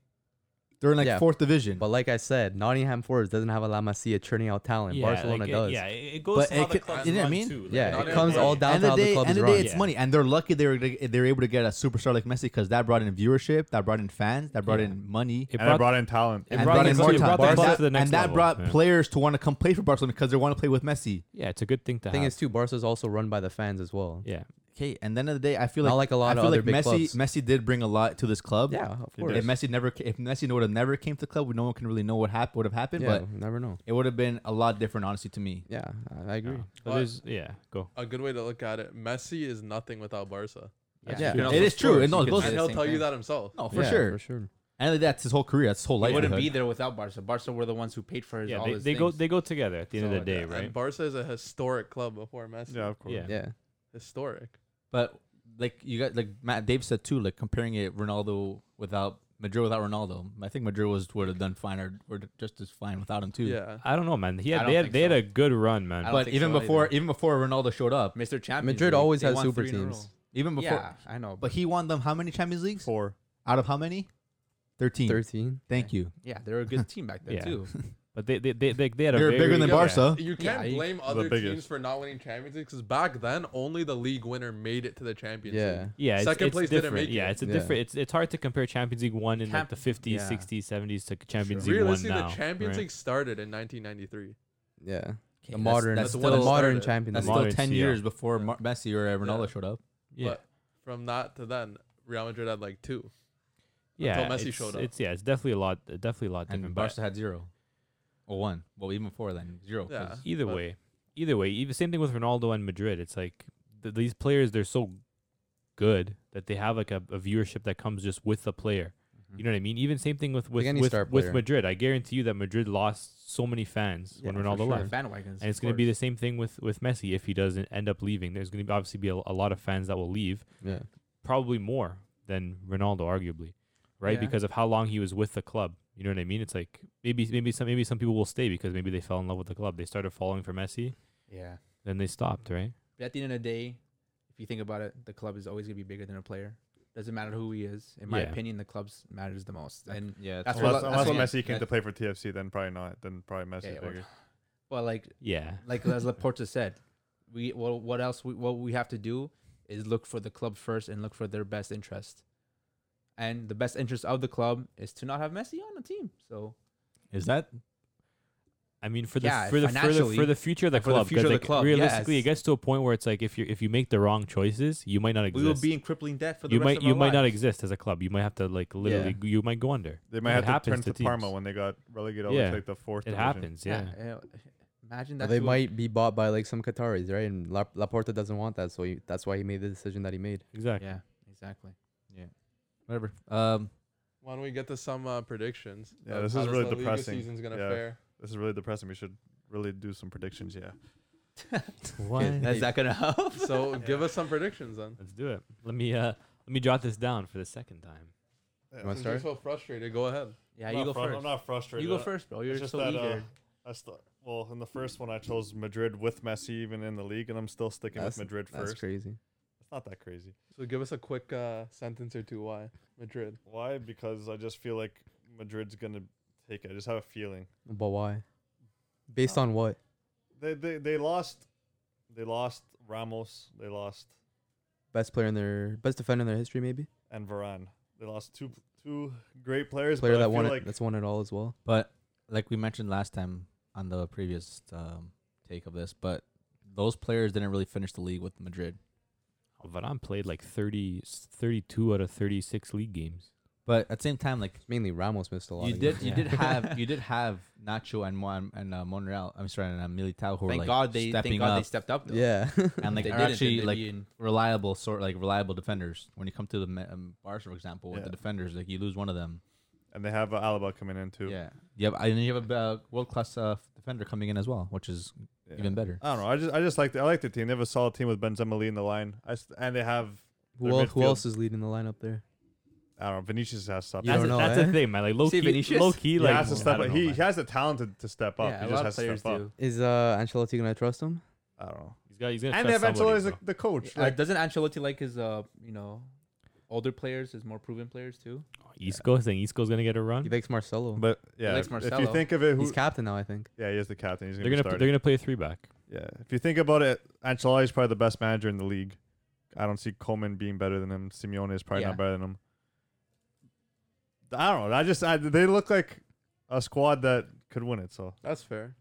[SPEAKER 4] They're in like
[SPEAKER 1] Yeah.
[SPEAKER 4] fourth division.
[SPEAKER 1] But like I said, Nottingham Forest doesn't have a La Masia churning out talent. Barcelona
[SPEAKER 2] like, it-
[SPEAKER 1] does.
[SPEAKER 2] yeah,
[SPEAKER 1] yeah,
[SPEAKER 2] it, it goes
[SPEAKER 4] But
[SPEAKER 2] to how
[SPEAKER 4] it
[SPEAKER 2] the
[SPEAKER 4] could-
[SPEAKER 2] clubs
[SPEAKER 4] you know what I
[SPEAKER 2] run,
[SPEAKER 1] mean?
[SPEAKER 2] too. Like,
[SPEAKER 1] it
[SPEAKER 5] Nottingham
[SPEAKER 1] comes all
[SPEAKER 5] Forest-
[SPEAKER 1] down
[SPEAKER 4] end
[SPEAKER 1] to
[SPEAKER 4] of
[SPEAKER 1] how
[SPEAKER 4] the day,
[SPEAKER 1] the club's
[SPEAKER 4] end of
[SPEAKER 1] run.
[SPEAKER 4] the day, it's
[SPEAKER 2] Yeah.
[SPEAKER 4] money, and they're lucky they were they were able to get a superstar like Messi because that brought in viewership, that brought in fans, that brought
[SPEAKER 2] Yeah.
[SPEAKER 4] in money.
[SPEAKER 2] It
[SPEAKER 6] and I
[SPEAKER 2] brought-
[SPEAKER 6] brought in talent.
[SPEAKER 2] it
[SPEAKER 4] and
[SPEAKER 2] brought
[SPEAKER 4] brought
[SPEAKER 2] the
[SPEAKER 4] in
[SPEAKER 2] club-
[SPEAKER 4] more
[SPEAKER 2] it
[SPEAKER 4] time.
[SPEAKER 2] brought the
[SPEAKER 4] and
[SPEAKER 2] club
[SPEAKER 4] that,
[SPEAKER 2] to the next
[SPEAKER 4] and that
[SPEAKER 2] level.
[SPEAKER 4] brought
[SPEAKER 2] Yeah.
[SPEAKER 4] players to want to come play for Barcelona because they want to play with Messi.
[SPEAKER 2] Yeah, it's a good thing to
[SPEAKER 1] The thing
[SPEAKER 2] have.
[SPEAKER 1] is, too, Barca's also run by the fans as well.
[SPEAKER 2] yeah,
[SPEAKER 4] Okay, and then at the end of the day, I feel
[SPEAKER 1] Not like
[SPEAKER 4] like
[SPEAKER 1] a lot
[SPEAKER 4] I
[SPEAKER 1] of
[SPEAKER 4] feel
[SPEAKER 1] other
[SPEAKER 4] like
[SPEAKER 1] big
[SPEAKER 4] Messi.
[SPEAKER 1] clubs.
[SPEAKER 4] Messi did bring a lot to this club.
[SPEAKER 1] Yeah, of
[SPEAKER 6] It
[SPEAKER 1] course.
[SPEAKER 4] If Messi never, ca- if Messi would have never came to the club, no one can really know what happened would have happened.
[SPEAKER 1] yeah,
[SPEAKER 4] But
[SPEAKER 1] you never know.
[SPEAKER 4] it would have been a lot different, honestly, to me.
[SPEAKER 1] Yeah, I- I agree.
[SPEAKER 2] Yeah. But
[SPEAKER 5] But-
[SPEAKER 2] there's- yeah, go.
[SPEAKER 5] A good way to look at it, Messi is nothing without Barca,
[SPEAKER 1] Yeah.
[SPEAKER 3] You can
[SPEAKER 4] It
[SPEAKER 3] also
[SPEAKER 4] is true,
[SPEAKER 3] score,
[SPEAKER 4] and
[SPEAKER 3] so
[SPEAKER 4] no,
[SPEAKER 3] you can
[SPEAKER 4] it's
[SPEAKER 3] say
[SPEAKER 5] and
[SPEAKER 4] bullshit.
[SPEAKER 3] the
[SPEAKER 5] he'll
[SPEAKER 3] same
[SPEAKER 5] tell you
[SPEAKER 3] thing.
[SPEAKER 5] that himself.
[SPEAKER 4] No, Oh, for
[SPEAKER 1] Yeah,
[SPEAKER 4] sure.
[SPEAKER 1] for sure.
[SPEAKER 4] And like that's his whole career. That's his whole
[SPEAKER 3] They
[SPEAKER 4] life.
[SPEAKER 3] wouldn't be there without Barca. Barca were the ones who paid for his.
[SPEAKER 2] Yeah,
[SPEAKER 3] all
[SPEAKER 2] they,
[SPEAKER 3] his
[SPEAKER 2] they go
[SPEAKER 3] things.
[SPEAKER 2] they go together at the end
[SPEAKER 3] So,
[SPEAKER 2] of the day,
[SPEAKER 3] yeah,
[SPEAKER 2] right?
[SPEAKER 5] And Barca is a historic club before Messi.
[SPEAKER 6] Yeah, of course.
[SPEAKER 2] Yeah.
[SPEAKER 1] Yeah,
[SPEAKER 5] Historic.
[SPEAKER 4] But like you got like Matt Dave said too, like comparing it Ronaldo without Madrid without Ronaldo. I think Madrid was would have done fine or, or just as fine without him too.
[SPEAKER 5] Yeah.
[SPEAKER 2] I don't know, man. He
[SPEAKER 3] I
[SPEAKER 2] had
[SPEAKER 3] don't
[SPEAKER 2] they had
[SPEAKER 3] think
[SPEAKER 2] they had
[SPEAKER 3] so.
[SPEAKER 2] a good run, man.
[SPEAKER 3] I don't
[SPEAKER 4] But
[SPEAKER 3] think
[SPEAKER 4] even
[SPEAKER 3] so
[SPEAKER 4] before
[SPEAKER 3] either.
[SPEAKER 4] even before Ronaldo showed up,
[SPEAKER 3] Mr. Champions.
[SPEAKER 1] Madrid
[SPEAKER 3] League,
[SPEAKER 1] always
[SPEAKER 3] they
[SPEAKER 1] has
[SPEAKER 3] won
[SPEAKER 1] super
[SPEAKER 3] three in a
[SPEAKER 1] teams.
[SPEAKER 3] row.
[SPEAKER 4] even before
[SPEAKER 3] Yeah, I know.
[SPEAKER 4] But he won them how many Champions Leagues?
[SPEAKER 6] Four.
[SPEAKER 4] Out of how many? 13.
[SPEAKER 1] thirteen.
[SPEAKER 4] Thank you.
[SPEAKER 3] yeah, they were a good team back then
[SPEAKER 2] Yeah.
[SPEAKER 3] too.
[SPEAKER 2] But they they they they, they had a
[SPEAKER 4] You're
[SPEAKER 2] very,
[SPEAKER 4] bigger than
[SPEAKER 5] Yeah.
[SPEAKER 4] Barca.
[SPEAKER 5] You
[SPEAKER 3] Yeah,
[SPEAKER 5] can't
[SPEAKER 3] you-
[SPEAKER 5] blame other teams
[SPEAKER 6] biggest.
[SPEAKER 5] for not winning Champions League because back then only the league winner made it to the Champions
[SPEAKER 1] Yeah,
[SPEAKER 5] League.
[SPEAKER 2] Yeah, it's,
[SPEAKER 5] Second
[SPEAKER 2] it's
[SPEAKER 5] place didn't
[SPEAKER 2] different.
[SPEAKER 5] make
[SPEAKER 2] yeah,
[SPEAKER 5] it.
[SPEAKER 2] it's a
[SPEAKER 1] Yeah.
[SPEAKER 2] different. It's it's hard to compare Champions League one in like
[SPEAKER 3] Camp-
[SPEAKER 2] the 50s,
[SPEAKER 3] yeah.
[SPEAKER 2] 60s, 70s to Champions League one
[SPEAKER 5] Realistically,
[SPEAKER 2] now.
[SPEAKER 5] the Champions
[SPEAKER 2] right?
[SPEAKER 5] League started in 1993.
[SPEAKER 1] Yeah,
[SPEAKER 4] Okay,
[SPEAKER 1] the
[SPEAKER 4] that's-
[SPEAKER 1] modern,
[SPEAKER 4] That's,
[SPEAKER 5] the
[SPEAKER 1] the
[SPEAKER 5] one
[SPEAKER 4] still,
[SPEAKER 5] that
[SPEAKER 1] modern
[SPEAKER 5] started.
[SPEAKER 1] Champions
[SPEAKER 4] that's
[SPEAKER 1] League.
[SPEAKER 4] still
[SPEAKER 2] Modern
[SPEAKER 4] 10
[SPEAKER 2] CL.
[SPEAKER 4] years before Mar- Messi or Ronaldo
[SPEAKER 5] Yeah.
[SPEAKER 4] showed up.
[SPEAKER 2] Yeah,
[SPEAKER 5] But from that to then, Real Madrid had like two.
[SPEAKER 2] yeah.
[SPEAKER 5] Messi
[SPEAKER 2] it's,
[SPEAKER 5] showed up.
[SPEAKER 2] It's yeah. It's definitely a lot. Definitely a lot
[SPEAKER 4] And
[SPEAKER 2] different. but-
[SPEAKER 4] Barca had zero. Or one. Well, even before then, zero. 'cause-
[SPEAKER 5] Yeah,
[SPEAKER 2] either
[SPEAKER 5] but-
[SPEAKER 2] way, either way, even same thing with Ronaldo and Madrid. It's like th- these players they're so good that they have like a, a viewership that comes just with the player. You know what I mean? Even same thing with with
[SPEAKER 1] any
[SPEAKER 2] with,
[SPEAKER 1] star
[SPEAKER 2] with
[SPEAKER 1] player.
[SPEAKER 2] Madrid. I guarantee you that Madrid lost so many fans when Ronaldo left.
[SPEAKER 3] bandwagons,
[SPEAKER 2] And it's going to be the same thing with, with Messi if he doesn't end up leaving. There's going to obviously be a, a lot of fans that will leave,
[SPEAKER 1] Yeah,
[SPEAKER 2] probably more than Ronaldo, arguably, right?
[SPEAKER 3] Yeah.
[SPEAKER 2] Because of how long he was with the club. You know what I mean? It's like maybe maybe some maybe some people will stay because maybe they fell in love with the club. They started following for Messi,
[SPEAKER 3] yeah.
[SPEAKER 2] then they stopped, right?
[SPEAKER 3] But at the end of the day, if you think about it, the club is always going to be bigger than a player. Doesn't matter who he is. In my
[SPEAKER 2] Yeah.
[SPEAKER 3] opinion, the club's matters the most. And
[SPEAKER 4] Yeah,
[SPEAKER 3] That's
[SPEAKER 6] Unless,
[SPEAKER 3] what- that's
[SPEAKER 6] unless
[SPEAKER 3] what-
[SPEAKER 6] Messi came
[SPEAKER 3] that-
[SPEAKER 6] to play for TFC, then probably not. Then probably Messi.
[SPEAKER 3] yeah,
[SPEAKER 6] Yeah,
[SPEAKER 3] well, but like
[SPEAKER 2] Yeah.
[SPEAKER 3] like as Laporta said, we well, what else we what we have to do is look for the club first and look for their best interest. And the best interest of the club is to not have Messi on the team. So
[SPEAKER 4] Is that
[SPEAKER 2] I mean, for the
[SPEAKER 3] Yeah,
[SPEAKER 2] for the for the
[SPEAKER 3] financially,
[SPEAKER 2] for the future of the
[SPEAKER 3] for the
[SPEAKER 2] club, 'cause,
[SPEAKER 3] future of the
[SPEAKER 2] like,
[SPEAKER 3] club,
[SPEAKER 2] realistically,
[SPEAKER 3] yes.
[SPEAKER 2] it gets to a point where it's like if you if you make the wrong choices, you might not exist.
[SPEAKER 3] we will be in crippling debt for the
[SPEAKER 2] you
[SPEAKER 3] rest
[SPEAKER 2] might
[SPEAKER 3] of
[SPEAKER 2] you
[SPEAKER 3] our
[SPEAKER 2] might not
[SPEAKER 3] lives.
[SPEAKER 2] exist as a club. You might have to like literally
[SPEAKER 1] Yeah.
[SPEAKER 2] g- you might go under.
[SPEAKER 6] they might
[SPEAKER 2] It
[SPEAKER 6] have to
[SPEAKER 2] happens
[SPEAKER 6] turn to,
[SPEAKER 2] to
[SPEAKER 6] Parma
[SPEAKER 2] teams.
[SPEAKER 6] when they got relegated. all the way
[SPEAKER 2] Yeah.
[SPEAKER 6] to like the fourth.
[SPEAKER 2] It
[SPEAKER 6] division.
[SPEAKER 2] happens, yeah.
[SPEAKER 3] yeah. Imagine
[SPEAKER 1] But
[SPEAKER 3] that
[SPEAKER 1] they might be bought by like some Qataris, right? And La- Laporta doesn't want that, so he, that's why he made the decision that he made.
[SPEAKER 2] Exactly.
[SPEAKER 3] Yeah, exactly.
[SPEAKER 4] whatever? Um,
[SPEAKER 5] Why don't we get to some uh, predictions?
[SPEAKER 6] Yeah,
[SPEAKER 5] of
[SPEAKER 6] this
[SPEAKER 5] how
[SPEAKER 6] is really
[SPEAKER 5] La Liga
[SPEAKER 6] depressing.
[SPEAKER 5] season's gonna
[SPEAKER 6] Yeah.
[SPEAKER 5] fare.
[SPEAKER 6] This is really depressing. We should really do some predictions. Yeah.
[SPEAKER 2] What?
[SPEAKER 4] That's not gonna help.
[SPEAKER 5] So give us some predictions then.
[SPEAKER 2] Let's do it. Let me uh let me jot this down for the second time.
[SPEAKER 1] wanna
[SPEAKER 5] Since
[SPEAKER 1] start?
[SPEAKER 5] You're so frustrated. Go ahead.
[SPEAKER 3] Yeah,
[SPEAKER 6] I'm
[SPEAKER 3] you go
[SPEAKER 6] not frus-
[SPEAKER 3] first.
[SPEAKER 6] I'm not frustrated.
[SPEAKER 3] you go
[SPEAKER 6] I-
[SPEAKER 3] first, bro. You're
[SPEAKER 6] It's just
[SPEAKER 3] so
[SPEAKER 6] that
[SPEAKER 3] eager.
[SPEAKER 6] uh, I still well in the first one I chose Madrid with Messi even in the league, and I'm still sticking
[SPEAKER 1] That's-
[SPEAKER 6] with Madrid
[SPEAKER 1] That's
[SPEAKER 6] first.
[SPEAKER 1] crazy.
[SPEAKER 6] It's not that crazy.
[SPEAKER 5] So give us a quick uh, sentence or two. Why Madrid?
[SPEAKER 6] Why? Because I just feel like Madrid's gonna take it. I just have a feeling.
[SPEAKER 1] But why? Based on what?
[SPEAKER 6] They they they lost. They lost Ramos. They lost
[SPEAKER 1] Best player in their best defender in their history, maybe.
[SPEAKER 6] and Varane. They lost two two great players.
[SPEAKER 1] Player
[SPEAKER 6] but
[SPEAKER 1] that
[SPEAKER 6] I feel
[SPEAKER 1] won it.
[SPEAKER 6] like
[SPEAKER 1] That's won it all as well.
[SPEAKER 4] But like we mentioned last time on the previous um, take of this, but those players didn't really finish the league with Madrid.
[SPEAKER 2] Varane played like 30, 32 out of 36 league games.
[SPEAKER 4] But at the same time, like
[SPEAKER 1] Mainly Ramos missed a lot.
[SPEAKER 4] you
[SPEAKER 1] of
[SPEAKER 4] did,
[SPEAKER 1] games.
[SPEAKER 4] you did have, you did have Nacho and Mon and uh, Monreal. I'm sorry, and uh, Militao who were
[SPEAKER 3] thank
[SPEAKER 4] like
[SPEAKER 3] God they
[SPEAKER 4] stepping
[SPEAKER 3] thank God
[SPEAKER 4] up
[SPEAKER 3] they stepped up. Though.
[SPEAKER 1] Yeah.
[SPEAKER 4] and like
[SPEAKER 3] they
[SPEAKER 4] are
[SPEAKER 3] didn't,
[SPEAKER 4] actually
[SPEAKER 3] then
[SPEAKER 4] like
[SPEAKER 3] they'd be in-
[SPEAKER 4] reliable sort like reliable defenders. When you come to the Ma- um, Barca, for example, with the
[SPEAKER 6] Yeah.
[SPEAKER 4] defenders, like you lose one of them.
[SPEAKER 6] and they have uh, Alaba coming in too.
[SPEAKER 4] Yeah, you have and then you have a uh, world class uh, defender coming in as well, which is
[SPEAKER 6] Yeah.
[SPEAKER 4] even better.
[SPEAKER 6] I don't know. I just I just like the, I like the team. They have a solid team with Benzema Lee in the line. I s and they have
[SPEAKER 1] who,
[SPEAKER 6] Their
[SPEAKER 1] else, who
[SPEAKER 6] midfield-
[SPEAKER 1] else is leading the lineup there?
[SPEAKER 6] I don't know. Vinicius has something.
[SPEAKER 1] You
[SPEAKER 2] that's
[SPEAKER 1] don't
[SPEAKER 2] a,
[SPEAKER 1] know,
[SPEAKER 2] that's
[SPEAKER 1] eh?
[SPEAKER 2] a thing, man. Like low
[SPEAKER 3] See
[SPEAKER 2] key,
[SPEAKER 3] Vinicius?
[SPEAKER 2] low key,
[SPEAKER 6] He
[SPEAKER 2] like
[SPEAKER 6] has to
[SPEAKER 2] I
[SPEAKER 6] step
[SPEAKER 2] don't
[SPEAKER 6] up.
[SPEAKER 2] know,
[SPEAKER 6] He,
[SPEAKER 2] man.
[SPEAKER 6] he has the talent to, to step up.
[SPEAKER 3] Yeah,
[SPEAKER 6] he
[SPEAKER 3] a
[SPEAKER 6] just
[SPEAKER 3] lot
[SPEAKER 6] has
[SPEAKER 3] of
[SPEAKER 6] to
[SPEAKER 3] players
[SPEAKER 6] step up.
[SPEAKER 3] do.
[SPEAKER 1] Is uh Ancelotti gonna trust him?
[SPEAKER 6] I don't know.
[SPEAKER 2] He's got, he's gonna
[SPEAKER 6] And
[SPEAKER 2] trust
[SPEAKER 6] eventually
[SPEAKER 2] somebody,
[SPEAKER 6] is
[SPEAKER 2] bro.
[SPEAKER 6] the coach.
[SPEAKER 3] Uh,
[SPEAKER 6] like,
[SPEAKER 3] doesn't Ancelotti like his uh you know older players, his more proven players too?
[SPEAKER 2] Isco, I think Isco's gonna get a run.
[SPEAKER 1] He likes Marcelo.
[SPEAKER 6] but yeah,
[SPEAKER 3] likes
[SPEAKER 6] if, if you
[SPEAKER 3] Marcelo.
[SPEAKER 6] think of it, who,
[SPEAKER 1] He's captain now, I think.
[SPEAKER 6] yeah, he is the captain. He's
[SPEAKER 2] They're
[SPEAKER 6] gonna,
[SPEAKER 2] gonna
[SPEAKER 6] be
[SPEAKER 2] p-
[SPEAKER 6] starting.
[SPEAKER 2] they're gonna play a three back.
[SPEAKER 6] Yeah, if you think about it, Ancelotti's probably the best manager in the league. I don't see Coleman being better than him. Simeone is probably
[SPEAKER 3] Yeah.
[SPEAKER 6] not better than him. I don't know. I just I, they look like a squad that could win it. So
[SPEAKER 5] That's fair.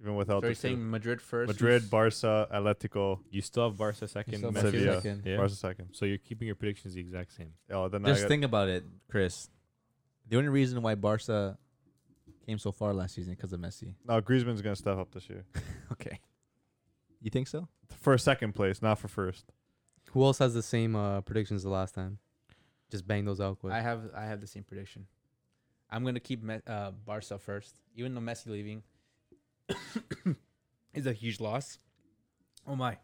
[SPEAKER 6] even without
[SPEAKER 3] So
[SPEAKER 6] the
[SPEAKER 3] you're
[SPEAKER 6] two.
[SPEAKER 3] saying Madrid first.
[SPEAKER 6] Madrid,
[SPEAKER 3] who's-
[SPEAKER 6] Barca, Atletico,
[SPEAKER 2] You still have Barca second,
[SPEAKER 1] still have
[SPEAKER 2] Messi
[SPEAKER 6] Barca Sevilla.
[SPEAKER 2] second. Yeah.
[SPEAKER 6] Barca second.
[SPEAKER 2] So you're keeping your predictions the exact same.
[SPEAKER 6] Oh, then I
[SPEAKER 4] Just
[SPEAKER 6] got,
[SPEAKER 4] think about it, Chris. The only reason why Barca came so far last season because of Messi.
[SPEAKER 6] no Griezmann's gonna step up this year
[SPEAKER 4] Okay, you think so?
[SPEAKER 6] for second place, not for first.
[SPEAKER 1] Who else has the same uh, predictions the last time? Just bang those out quick.
[SPEAKER 3] I have I have the same prediction. I'm gonna keep Me- uh, Barca first, even though Messi leaving is a huge loss. Oh my!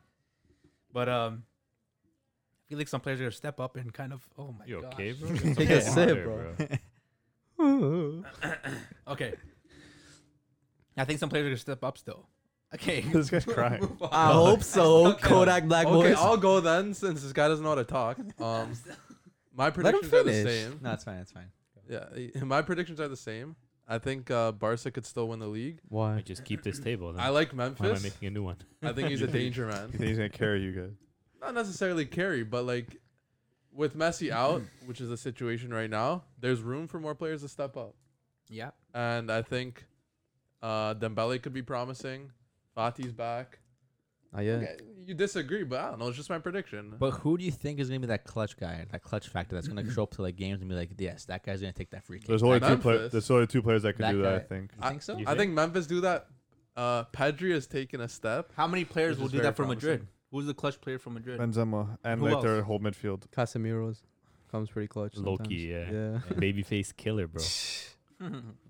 [SPEAKER 3] But um, I feel like some players are gonna step up and kind of oh my
[SPEAKER 2] You
[SPEAKER 3] gosh.
[SPEAKER 2] okay, bro?
[SPEAKER 1] Take a sip, bro.
[SPEAKER 3] okay. I think some players are gonna step up still. Okay.
[SPEAKER 6] this guy's crying.
[SPEAKER 3] Move
[SPEAKER 6] Ah,
[SPEAKER 3] on.
[SPEAKER 1] I hope so. Kodak Black
[SPEAKER 5] Oh. okay,
[SPEAKER 1] Boys.
[SPEAKER 5] I'll go then since this guy doesn't know how to talk. Um, my
[SPEAKER 1] Let him
[SPEAKER 5] predictions are the
[SPEAKER 1] finish.
[SPEAKER 5] same.
[SPEAKER 4] No, it's fine. It's fine.
[SPEAKER 5] Yeah, y- my predictions are the same. I think uh, Barca could still win the league.
[SPEAKER 2] I
[SPEAKER 1] Why?
[SPEAKER 2] just keep this table. Then.
[SPEAKER 5] I like
[SPEAKER 2] Why am I
[SPEAKER 5] Memphis.
[SPEAKER 2] making a new one?
[SPEAKER 5] I think he's a danger man.
[SPEAKER 6] You think he's gonna carry you guys?
[SPEAKER 5] Not necessarily carry, but like with Messi out, which is the situation right now, there's room for more players to step up.
[SPEAKER 3] Yeah.
[SPEAKER 5] And I think uh, Dembele could be promising. Fati's back.
[SPEAKER 1] Oh, yeah.
[SPEAKER 5] Okay, you disagree, but I don't know. It's just my prediction.
[SPEAKER 4] But who do you think is gonna be that clutch guy, that clutch factor that's gonna show up to like games and be like, yes, that guy's gonna take that free kick.
[SPEAKER 6] There's only two
[SPEAKER 5] Memphis.
[SPEAKER 6] players. There's only two players that could
[SPEAKER 4] That
[SPEAKER 6] do that. I
[SPEAKER 4] guy.
[SPEAKER 6] think.
[SPEAKER 4] you think so?
[SPEAKER 2] You
[SPEAKER 5] I think Memphis do that. Uh, Pedri has taken a step.
[SPEAKER 3] How many players
[SPEAKER 5] Which
[SPEAKER 3] will
[SPEAKER 5] is
[SPEAKER 3] do
[SPEAKER 5] very
[SPEAKER 3] that for
[SPEAKER 5] promising.
[SPEAKER 3] Madrid? Who's the clutch player for Madrid?
[SPEAKER 6] Benzema and
[SPEAKER 3] Who
[SPEAKER 6] like
[SPEAKER 3] else?
[SPEAKER 6] their whole midfield.
[SPEAKER 1] Casemiro's comes pretty clutch.
[SPEAKER 2] Low
[SPEAKER 1] sometimes.
[SPEAKER 2] key,
[SPEAKER 1] Yeah.
[SPEAKER 2] yeah. Babyface killer, bro.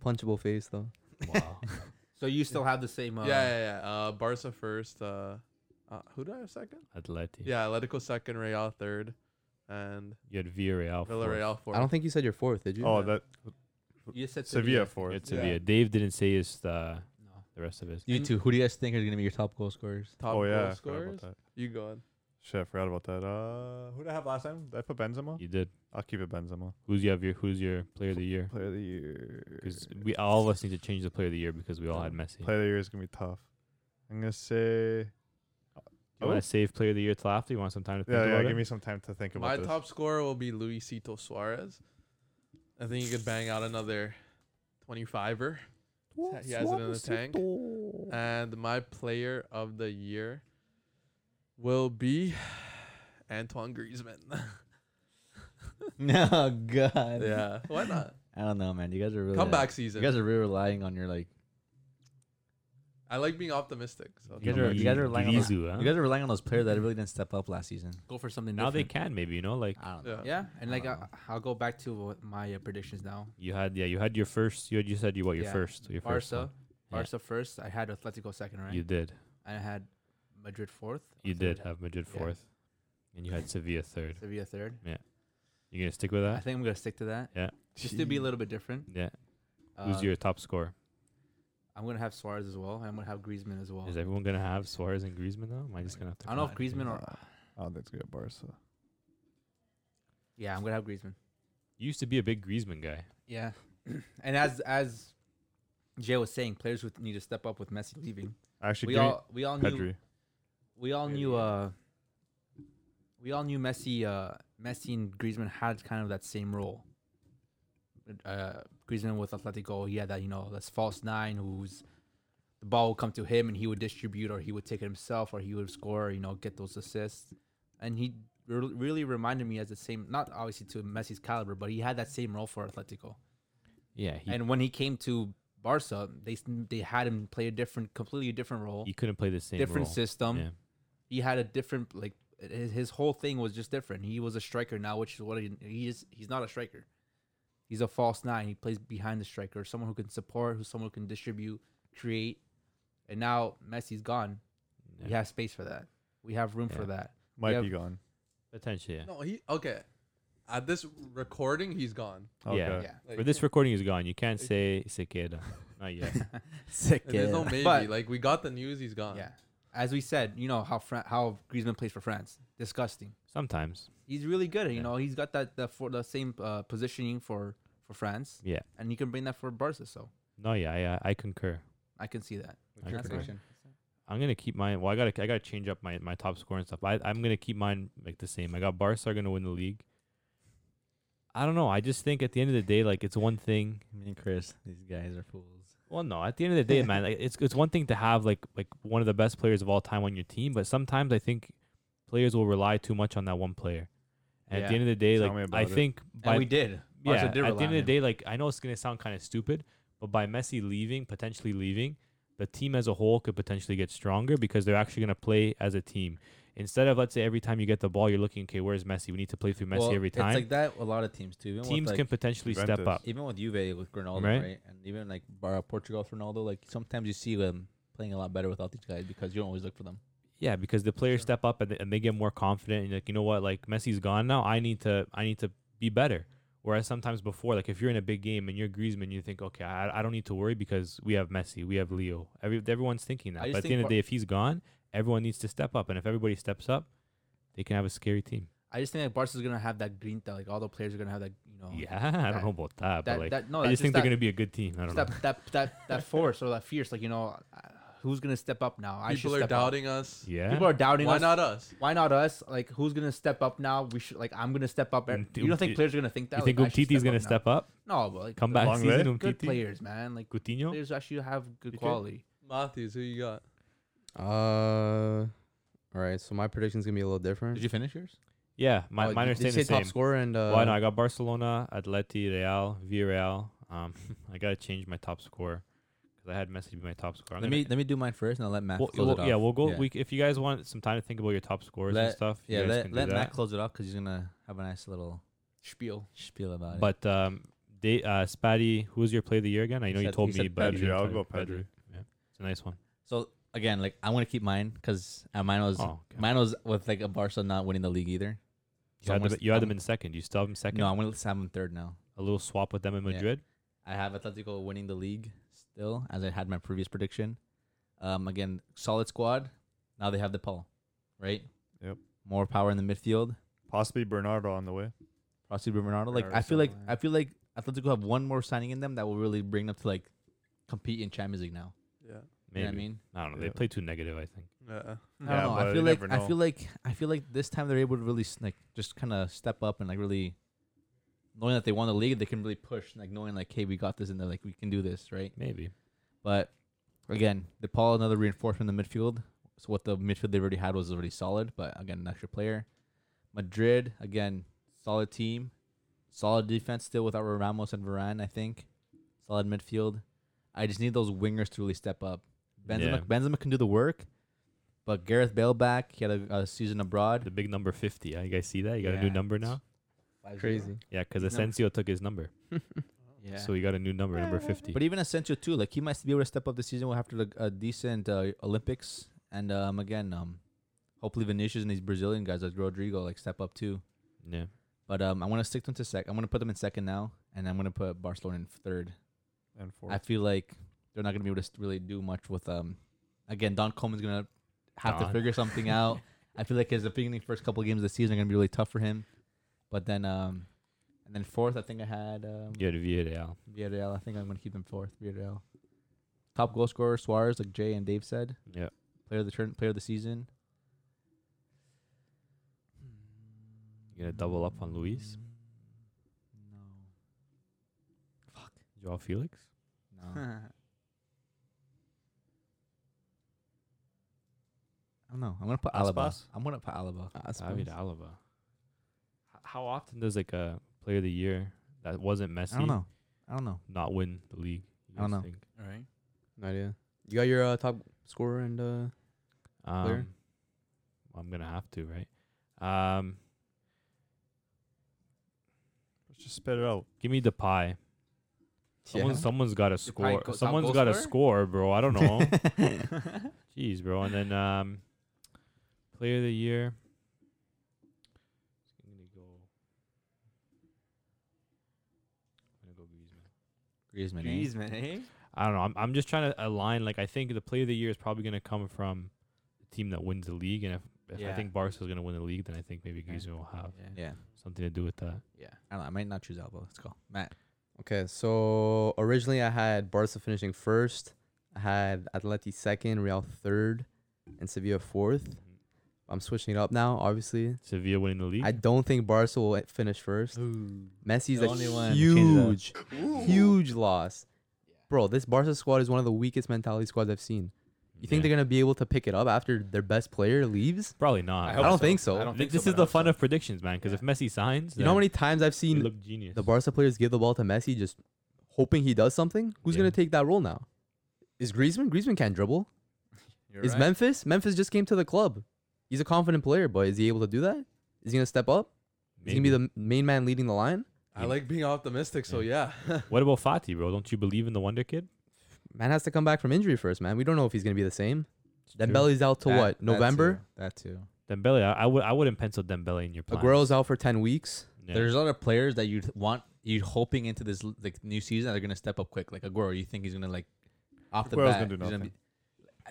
[SPEAKER 1] Punchable face, though.
[SPEAKER 2] Wow.
[SPEAKER 3] so you still have the same. Uh,
[SPEAKER 5] yeah, yeah, yeah. Uh, Barca first. Uh, uh, who do I have second?
[SPEAKER 2] Atleti.
[SPEAKER 5] Yeah, Atletico second, Real third, and
[SPEAKER 2] You had Villarreal.
[SPEAKER 5] Villarreal fourth.
[SPEAKER 1] I don't think you said your fourth, did you?
[SPEAKER 6] Oh,
[SPEAKER 5] Yeah.
[SPEAKER 6] that
[SPEAKER 3] You said
[SPEAKER 6] Sevilla
[SPEAKER 2] fourth.
[SPEAKER 6] fourth.
[SPEAKER 2] You had
[SPEAKER 5] Yeah.
[SPEAKER 2] Sevilla. Dave didn't say his uh,
[SPEAKER 3] No.
[SPEAKER 2] the rest of his.
[SPEAKER 4] You two. Who do you guys think are gonna be your top goal scorers?
[SPEAKER 5] top
[SPEAKER 6] Oh yeah, I
[SPEAKER 5] goal
[SPEAKER 6] forgot about
[SPEAKER 5] scorers.
[SPEAKER 6] that.
[SPEAKER 5] You go on.
[SPEAKER 6] Shit, I forgot about that. Uh, who did I have last time? Did I put Benzema?
[SPEAKER 2] You did.
[SPEAKER 6] I'll keep it Benzema.
[SPEAKER 2] Who's you have your Who's your player of the year?
[SPEAKER 6] Player of the year.
[SPEAKER 2] Because we all of us need to change the player of the year because we all had Messi.
[SPEAKER 6] Player of the year is gonna be tough. I'm gonna say. oh,
[SPEAKER 2] You
[SPEAKER 5] Oh.
[SPEAKER 2] want to save player of the year till after? You want some time to think
[SPEAKER 6] Yeah,
[SPEAKER 2] about
[SPEAKER 6] yeah.
[SPEAKER 2] it?
[SPEAKER 6] Give me some time to think about
[SPEAKER 5] My
[SPEAKER 6] this.
[SPEAKER 5] top scorer will be Luisito Suarez. I think he could bang out another 25er. He has it in the tank. Uh, And my player of the year will be Antoine Griezmann.
[SPEAKER 4] No, God.
[SPEAKER 5] yeah, why not?
[SPEAKER 4] I don't know, man. You guys are really
[SPEAKER 5] Comeback
[SPEAKER 4] You
[SPEAKER 5] season.
[SPEAKER 4] guys are really relying on your like.
[SPEAKER 5] I like being optimistic. So
[SPEAKER 4] You guys are- you guys are relying on
[SPEAKER 2] Giroud, huh?
[SPEAKER 4] You guys are relying on those players that really didn't step up last season.
[SPEAKER 3] Go for something
[SPEAKER 2] now they
[SPEAKER 3] different.
[SPEAKER 2] can maybe you know like
[SPEAKER 4] I don't know.
[SPEAKER 5] yeah.
[SPEAKER 3] Yeah, and like I,
[SPEAKER 2] um,
[SPEAKER 4] Uh,
[SPEAKER 3] I'll go back to what my uh, predictions now.
[SPEAKER 2] you had yeah you had your first you had you said you what your
[SPEAKER 3] Yeah,
[SPEAKER 2] first your first
[SPEAKER 3] Barca,
[SPEAKER 2] one. Yeah.
[SPEAKER 3] Barca first. I had Atletico second, right?
[SPEAKER 2] You did.
[SPEAKER 3] and I had Madrid fourth. or
[SPEAKER 2] You
[SPEAKER 3] third,
[SPEAKER 2] did have Madrid
[SPEAKER 3] Yeah.
[SPEAKER 2] fourth, and you had Sevilla third.
[SPEAKER 3] Sevilla third.
[SPEAKER 2] You gonna stick with
[SPEAKER 3] I
[SPEAKER 2] that?
[SPEAKER 3] think I'm gonna stick to that.
[SPEAKER 2] Yeah.
[SPEAKER 3] Just to be a little bit different.
[SPEAKER 2] Yeah.
[SPEAKER 3] Uh,
[SPEAKER 2] Who's your top scorer?
[SPEAKER 3] I'm gonna have Suarez as well. and I'm gonna have Griezmann as well.
[SPEAKER 2] Is everyone gonna have Suarez and Griezmann now? Am I just gonna have to?
[SPEAKER 3] I don't know if
[SPEAKER 2] come up with
[SPEAKER 3] Griezmann
[SPEAKER 2] things?
[SPEAKER 3] or
[SPEAKER 6] I don't think it's gonna be Barca.
[SPEAKER 3] yeah, I'm gonna have Griezmann.
[SPEAKER 2] You used to be a big Griezmann guy.
[SPEAKER 3] Yeah, and as as Jay was saying, players would need to step up with Messi leaving.
[SPEAKER 6] Actually,
[SPEAKER 3] We
[SPEAKER 6] give me
[SPEAKER 3] all we all knew
[SPEAKER 6] Pedri.
[SPEAKER 3] we all
[SPEAKER 5] Pedri,
[SPEAKER 3] knew
[SPEAKER 5] yeah.
[SPEAKER 3] uh we all knew Messi uh Messi and Griezmann had kind of that same role. Uh Griezmann with Atletico, he had that, you know, this false nine who's the ball would come to him and he would distribute or he would take it himself or he would score, you know, get those assists. And he re- really reminded me as the same not obviously to Messi's caliber, but he had that same role for Atletico.
[SPEAKER 2] Yeah. He,
[SPEAKER 3] and when he came to Barca, they s- they had him play a different completely different role,
[SPEAKER 2] he couldn't play the same
[SPEAKER 3] different
[SPEAKER 2] role.
[SPEAKER 3] system
[SPEAKER 2] Yeah.
[SPEAKER 3] he had a different like his, his whole thing was just different. He was a striker now, which is what he, he is. He's not a striker. He's a false nine. He plays behind the striker, someone who can support, who someone who can distribute, create. And now Messi's gone.
[SPEAKER 2] yeah.
[SPEAKER 3] We have space for that. We have room for
[SPEAKER 2] Yeah.
[SPEAKER 3] that.
[SPEAKER 6] Might
[SPEAKER 3] have-
[SPEAKER 6] be gone.
[SPEAKER 2] Potentially. Yeah.
[SPEAKER 5] No, he okay. At this recording, he's gone.
[SPEAKER 6] Okay.
[SPEAKER 2] Yeah.
[SPEAKER 3] Yeah.
[SPEAKER 5] Like,
[SPEAKER 2] For this recording is gone. You can't say Sequeira. Not yet.
[SPEAKER 1] Sick.
[SPEAKER 5] and there's no
[SPEAKER 1] yeah.
[SPEAKER 5] maybe.
[SPEAKER 3] But-
[SPEAKER 5] like we got the news, he's gone.
[SPEAKER 3] Yeah. As we said, you know how Fran- how Griezmann plays for France. Disgusting.
[SPEAKER 2] Sometimes.
[SPEAKER 3] He's really good. You
[SPEAKER 2] Yeah.
[SPEAKER 3] know, he's got that the for the same uh, positioning for for France.
[SPEAKER 2] Yeah.
[SPEAKER 3] And you can bring that for Barca. So
[SPEAKER 2] No. Yeah. I, uh, I concur.
[SPEAKER 3] I can see that.
[SPEAKER 2] I
[SPEAKER 4] your
[SPEAKER 2] concur.
[SPEAKER 4] prediction?
[SPEAKER 2] I'm gonna keep mine. Well, I gotta I gotta change up my, my top score and stuff. I I'm gonna keep mine like the same. I got Barca are gonna win the league. I don't know. I just think at the end of the day, like it's one thing.
[SPEAKER 4] Me and Chris, these guys are fools.
[SPEAKER 2] Well, no, at the end of the day, man, like, it's it's one thing to have like like one of the best players of all time on your team, but sometimes I think players will rely too much on that one player. And at the
[SPEAKER 3] Yeah.
[SPEAKER 2] end of the day,
[SPEAKER 6] Tell me
[SPEAKER 2] like
[SPEAKER 6] about
[SPEAKER 2] I
[SPEAKER 6] it.
[SPEAKER 2] think
[SPEAKER 3] and
[SPEAKER 2] by
[SPEAKER 3] we did.
[SPEAKER 2] yeah,
[SPEAKER 3] Barca
[SPEAKER 2] at
[SPEAKER 3] did
[SPEAKER 2] the
[SPEAKER 3] rely
[SPEAKER 2] end of
[SPEAKER 3] on
[SPEAKER 2] the
[SPEAKER 3] him.
[SPEAKER 2] day, like I know it's gonna sound kind of stupid, but by Messi leaving, potentially leaving, the team as a whole could potentially get stronger because they're actually gonna play as a team instead of let's say every time you get the ball, you're looking, okay, where's Messi? We need to play through Messi every time.
[SPEAKER 4] It's like that. with A lot of teams too. Even
[SPEAKER 2] Teams
[SPEAKER 4] with, like,
[SPEAKER 2] can potentially step
[SPEAKER 6] Juventus.
[SPEAKER 2] up.
[SPEAKER 4] even with Juve with Ronaldo,
[SPEAKER 2] Right.
[SPEAKER 4] right? And even like Bar- Portugal with Ronaldo, like sometimes you see them playing a lot better without these guys because you don't always look for them.
[SPEAKER 2] Yeah, because the players step up and they, and they get more confident and like you know what, like Messi's gone now. I need to I need to be better. Whereas sometimes before, like if you're in a big game and you're Griezmann, you think, okay, I, I don't need to worry because we have Messi, we have Leo. Every everyone's thinking that.
[SPEAKER 3] I just
[SPEAKER 2] But at the
[SPEAKER 3] think
[SPEAKER 2] end of
[SPEAKER 3] part-
[SPEAKER 2] the day, if he's gone, everyone needs to step up, and if everybody steps up, they can have a scary team.
[SPEAKER 3] I just think that Barca's gonna have that green like all the players are gonna have that you know
[SPEAKER 2] yeah, I don't know about that,
[SPEAKER 3] Oh, that,
[SPEAKER 2] but like
[SPEAKER 3] that no
[SPEAKER 2] I
[SPEAKER 3] that's
[SPEAKER 2] just think
[SPEAKER 3] that,
[SPEAKER 2] they're gonna be a good team. I don't
[SPEAKER 3] just
[SPEAKER 2] know.
[SPEAKER 3] that, that that that force or that fierce like you know uh, who's gonna step up now I should
[SPEAKER 5] People are
[SPEAKER 3] step up.
[SPEAKER 5] doubting us.
[SPEAKER 2] Yeah,
[SPEAKER 3] people are doubting
[SPEAKER 5] Why
[SPEAKER 3] us.
[SPEAKER 5] not us?
[SPEAKER 3] why not us like who's gonna step up now we should like I'm gonna step up
[SPEAKER 2] And
[SPEAKER 3] you don't think
[SPEAKER 2] Umtiti-
[SPEAKER 3] players are gonna think that
[SPEAKER 2] Mm, you think
[SPEAKER 3] like, I should
[SPEAKER 2] Umtiti's gonna
[SPEAKER 3] now?
[SPEAKER 2] step up?
[SPEAKER 3] no but like
[SPEAKER 2] Come
[SPEAKER 3] good-
[SPEAKER 2] back
[SPEAKER 6] Long
[SPEAKER 2] season,
[SPEAKER 6] way.
[SPEAKER 3] good
[SPEAKER 2] Umtiti,
[SPEAKER 3] players man like
[SPEAKER 2] Coutinho.
[SPEAKER 3] players actually have good
[SPEAKER 6] Coutinho?
[SPEAKER 3] quality
[SPEAKER 5] Matthews, who you got?
[SPEAKER 1] Uh, all right. So my prediction's gonna be a little different.
[SPEAKER 4] Did you finish yours?
[SPEAKER 2] Yeah, my,
[SPEAKER 1] Oh,
[SPEAKER 2] mine are
[SPEAKER 1] did you
[SPEAKER 2] staying the
[SPEAKER 1] say top
[SPEAKER 2] same.
[SPEAKER 1] scorer and uh,
[SPEAKER 2] Well, I know I got Barcelona, Atleti, Real, Villarreal. Um, I gotta change my top score because I had Messi to be my top scorer. I'm
[SPEAKER 4] Let
[SPEAKER 2] gonna-
[SPEAKER 4] me let me do mine first, and I'll let Matt
[SPEAKER 2] Well,
[SPEAKER 4] close
[SPEAKER 2] well,
[SPEAKER 4] it off.
[SPEAKER 2] yeah, we'll go.
[SPEAKER 4] Yeah,
[SPEAKER 2] We, if you guys want some time to think about your top scores and
[SPEAKER 4] Let-
[SPEAKER 2] stuff, you
[SPEAKER 4] yeah
[SPEAKER 2] guys
[SPEAKER 4] let
[SPEAKER 2] can
[SPEAKER 4] let
[SPEAKER 2] do
[SPEAKER 4] Matt
[SPEAKER 2] that.
[SPEAKER 4] close it off because he's gonna have a nice little
[SPEAKER 3] spiel
[SPEAKER 4] spiel about it.
[SPEAKER 2] But um, they, uh, Spatty, who was your player of the year again? I know
[SPEAKER 4] He
[SPEAKER 2] you
[SPEAKER 4] said-
[SPEAKER 2] told
[SPEAKER 4] he
[SPEAKER 2] me,
[SPEAKER 4] said
[SPEAKER 2] but
[SPEAKER 6] Pedri.
[SPEAKER 2] you didn't
[SPEAKER 6] I'll
[SPEAKER 2] tell
[SPEAKER 6] go
[SPEAKER 2] me.
[SPEAKER 6] Pedri.
[SPEAKER 2] Yeah, it's a nice one.
[SPEAKER 4] so again, like I'm gonna keep mine because uh, mine was
[SPEAKER 2] Oh, okay.
[SPEAKER 4] mine was with like a Barca not winning the league either.
[SPEAKER 2] you,
[SPEAKER 4] So
[SPEAKER 2] had
[SPEAKER 4] I'm
[SPEAKER 2] them,
[SPEAKER 4] gonna-
[SPEAKER 2] you had them
[SPEAKER 4] I'm-
[SPEAKER 2] in second. You still have them second.
[SPEAKER 4] No, I'm gonna have them third now.
[SPEAKER 2] A little swap with them in
[SPEAKER 4] Yeah.
[SPEAKER 2] Madrid.
[SPEAKER 4] I have Atletico winning the league still, as I had my previous prediction. Um, again, solid squad. Now they have the Paul, right?
[SPEAKER 6] Yep.
[SPEAKER 4] More power in the midfield.
[SPEAKER 6] Possibly Bernardo on the way.
[SPEAKER 4] Possibly Bernardo. Like I feel like I feel like Atletico have one more signing in them that will really bring them to like compete in Champions League now.
[SPEAKER 5] Yeah.
[SPEAKER 2] Maybe.
[SPEAKER 4] You know what I mean?
[SPEAKER 2] I don't know. They
[SPEAKER 6] Yeah.
[SPEAKER 2] play too negative. I think.
[SPEAKER 5] Yeah.
[SPEAKER 4] I
[SPEAKER 6] Yeah,
[SPEAKER 4] don't know.
[SPEAKER 6] but
[SPEAKER 4] I feel
[SPEAKER 6] you
[SPEAKER 4] like
[SPEAKER 6] never
[SPEAKER 4] I
[SPEAKER 6] know.
[SPEAKER 4] feel like I feel like this time they're able to really s- like just kind of step up and like really knowing that they won the league, they can really push. Like knowing like, hey, we got this, and they're like, we can do this, right?
[SPEAKER 2] Maybe.
[SPEAKER 4] But again, the Paul another reinforcement in the midfield. So what the midfield they already had was already solid, but again, an extra player. Madrid again, solid team, solid defense still without Ramos and Varane. I think solid midfield. I just need those wingers to really step up. Benzema,
[SPEAKER 2] Yeah.
[SPEAKER 4] Benzema can do the work, but Gareth Bale back. He had a, a season abroad.
[SPEAKER 2] The big number fifty. uh, You guys see that? You got a new
[SPEAKER 3] Yeah.
[SPEAKER 2] number now.
[SPEAKER 1] crazy.
[SPEAKER 2] Yeah, because
[SPEAKER 3] His number-
[SPEAKER 2] Asensio took his number.
[SPEAKER 3] Yeah.
[SPEAKER 2] So he got a new number, number 50.
[SPEAKER 4] But even Asensio too, like he might be able to step up this season. We'll have to look a decent uh, Olympics, and um, again, um, hopefully Vinicius and these Brazilian guys like Rodrigo like step up too.
[SPEAKER 2] yeah.
[SPEAKER 4] But um, I want to stick them to sec. I'm going to put them in second now, and I'm going to put Barcelona in third.
[SPEAKER 6] and four.
[SPEAKER 4] I feel like they're not going to be able to st- really do much with um. Again, Don Coleman's going to have
[SPEAKER 2] Don.
[SPEAKER 4] to figure something out. I feel like his beginning first couple games of the season are going to be really tough for him. But then um, and then fourth, I think I had um,
[SPEAKER 2] Yeah, the Villarreal.
[SPEAKER 4] Villarreal. I think I'm going to keep them fourth. Villarreal. Top goal scorer Suarez, like Jay and Dave said.
[SPEAKER 2] Yeah.
[SPEAKER 4] Player of the turn, player of the season.
[SPEAKER 2] You gonna double up on Luis?
[SPEAKER 4] No,
[SPEAKER 2] Joao Felix?
[SPEAKER 4] no. I don't know. I'm gonna put Alaba.
[SPEAKER 6] Aspas?
[SPEAKER 4] I'm gonna put Alaba.
[SPEAKER 1] Ah,
[SPEAKER 2] David Alaba. H- How often does like a player of the year that wasn't Messi
[SPEAKER 4] I don't know. I don't know.
[SPEAKER 2] not win the league? You
[SPEAKER 4] I don't
[SPEAKER 2] guys
[SPEAKER 4] know.
[SPEAKER 2] Think?
[SPEAKER 3] All right.
[SPEAKER 1] No idea. You got your uh, top scorer and uh, Player?
[SPEAKER 2] Um, I'm gonna have to, right? Um,
[SPEAKER 6] Let's just spit it out.
[SPEAKER 2] give me the pie. Someone, someone's got to
[SPEAKER 3] pie
[SPEAKER 2] score.
[SPEAKER 3] co- top
[SPEAKER 2] Someone's
[SPEAKER 3] goal
[SPEAKER 2] got to
[SPEAKER 3] scorer?
[SPEAKER 2] score, bro. I don't know. Jeez, bro. And then um, player of the year. I'm gonna go. I'm gonna go Griezmann.
[SPEAKER 4] Griezmann. eh?
[SPEAKER 3] Jeez, man. eh?
[SPEAKER 2] I don't know. I'm, I'm just trying to align. Like I think the player of the year is probably going to come from the team that wins the league, and if, if I
[SPEAKER 3] Yeah.
[SPEAKER 2] think Barca's going to win the league, then I think maybe Griezmann will have
[SPEAKER 3] Yeah.
[SPEAKER 4] Yeah.
[SPEAKER 2] something to do with that.
[SPEAKER 3] Yeah.
[SPEAKER 4] I don't know. I might not choose Alaba. Let's go. Matt.
[SPEAKER 1] Okay, so originally I had Barca finishing first, I had Atleti second, Real third, and Sevilla
[SPEAKER 2] Mm-hmm.
[SPEAKER 1] fourth. I'm switching it up now, obviously.
[SPEAKER 2] Sevilla winning the league.
[SPEAKER 1] I don't think Barca will e- finish first. Messi's
[SPEAKER 3] The
[SPEAKER 1] a
[SPEAKER 3] only one.
[SPEAKER 1] huge, huge loss. Bro, this Barca squad is one of the weakest mentality squads I've seen. You think
[SPEAKER 2] Yeah.
[SPEAKER 1] they're going to be able to pick it up after their best player leaves?
[SPEAKER 2] probably not.
[SPEAKER 1] I don't think so.
[SPEAKER 3] I don't
[SPEAKER 2] Th-
[SPEAKER 3] think
[SPEAKER 2] this
[SPEAKER 3] so,
[SPEAKER 2] is
[SPEAKER 3] but
[SPEAKER 2] the
[SPEAKER 3] I hope
[SPEAKER 2] fun
[SPEAKER 3] so.
[SPEAKER 2] of predictions, man. Because if Messi signs,
[SPEAKER 1] You know how
[SPEAKER 2] then
[SPEAKER 1] many times I've
[SPEAKER 2] we
[SPEAKER 1] seen
[SPEAKER 2] look genius.
[SPEAKER 1] the Barca players give the ball to Messi, just hoping he does something? Who's
[SPEAKER 2] Yeah.
[SPEAKER 1] going to take that role now? Is Griezmann? Griezmann can't dribble.
[SPEAKER 3] You're
[SPEAKER 1] Is
[SPEAKER 3] right.
[SPEAKER 1] Memphis? Memphis just came to the club. He's a confident player, but is he able to do that? Is he gonna step up? Is he gonna be
[SPEAKER 2] Maybe.
[SPEAKER 1] the m- main man leading the line?
[SPEAKER 5] I like being optimistic, so yeah.
[SPEAKER 2] What about Fati, bro? Don't you believe in the wonder kid?
[SPEAKER 1] Man has to come back from injury first, man. We don't know if he's gonna be the same.
[SPEAKER 2] true.
[SPEAKER 1] Dembele's out to
[SPEAKER 4] That-
[SPEAKER 1] what?
[SPEAKER 4] that
[SPEAKER 1] November.
[SPEAKER 4] too. That too.
[SPEAKER 2] Dembele, I, I would I wouldn't pencil Dembele in your plan.
[SPEAKER 1] Aguero's out for ten weeks.
[SPEAKER 2] Yeah.
[SPEAKER 4] There's a lot of players that you'd want you're hoping into this l- like new season that they're gonna step up quick. Like Aguero, you think he's gonna like off the
[SPEAKER 6] Aguero's
[SPEAKER 4] bat.
[SPEAKER 6] gonna do
[SPEAKER 4] he's
[SPEAKER 6] nothing.
[SPEAKER 4] be-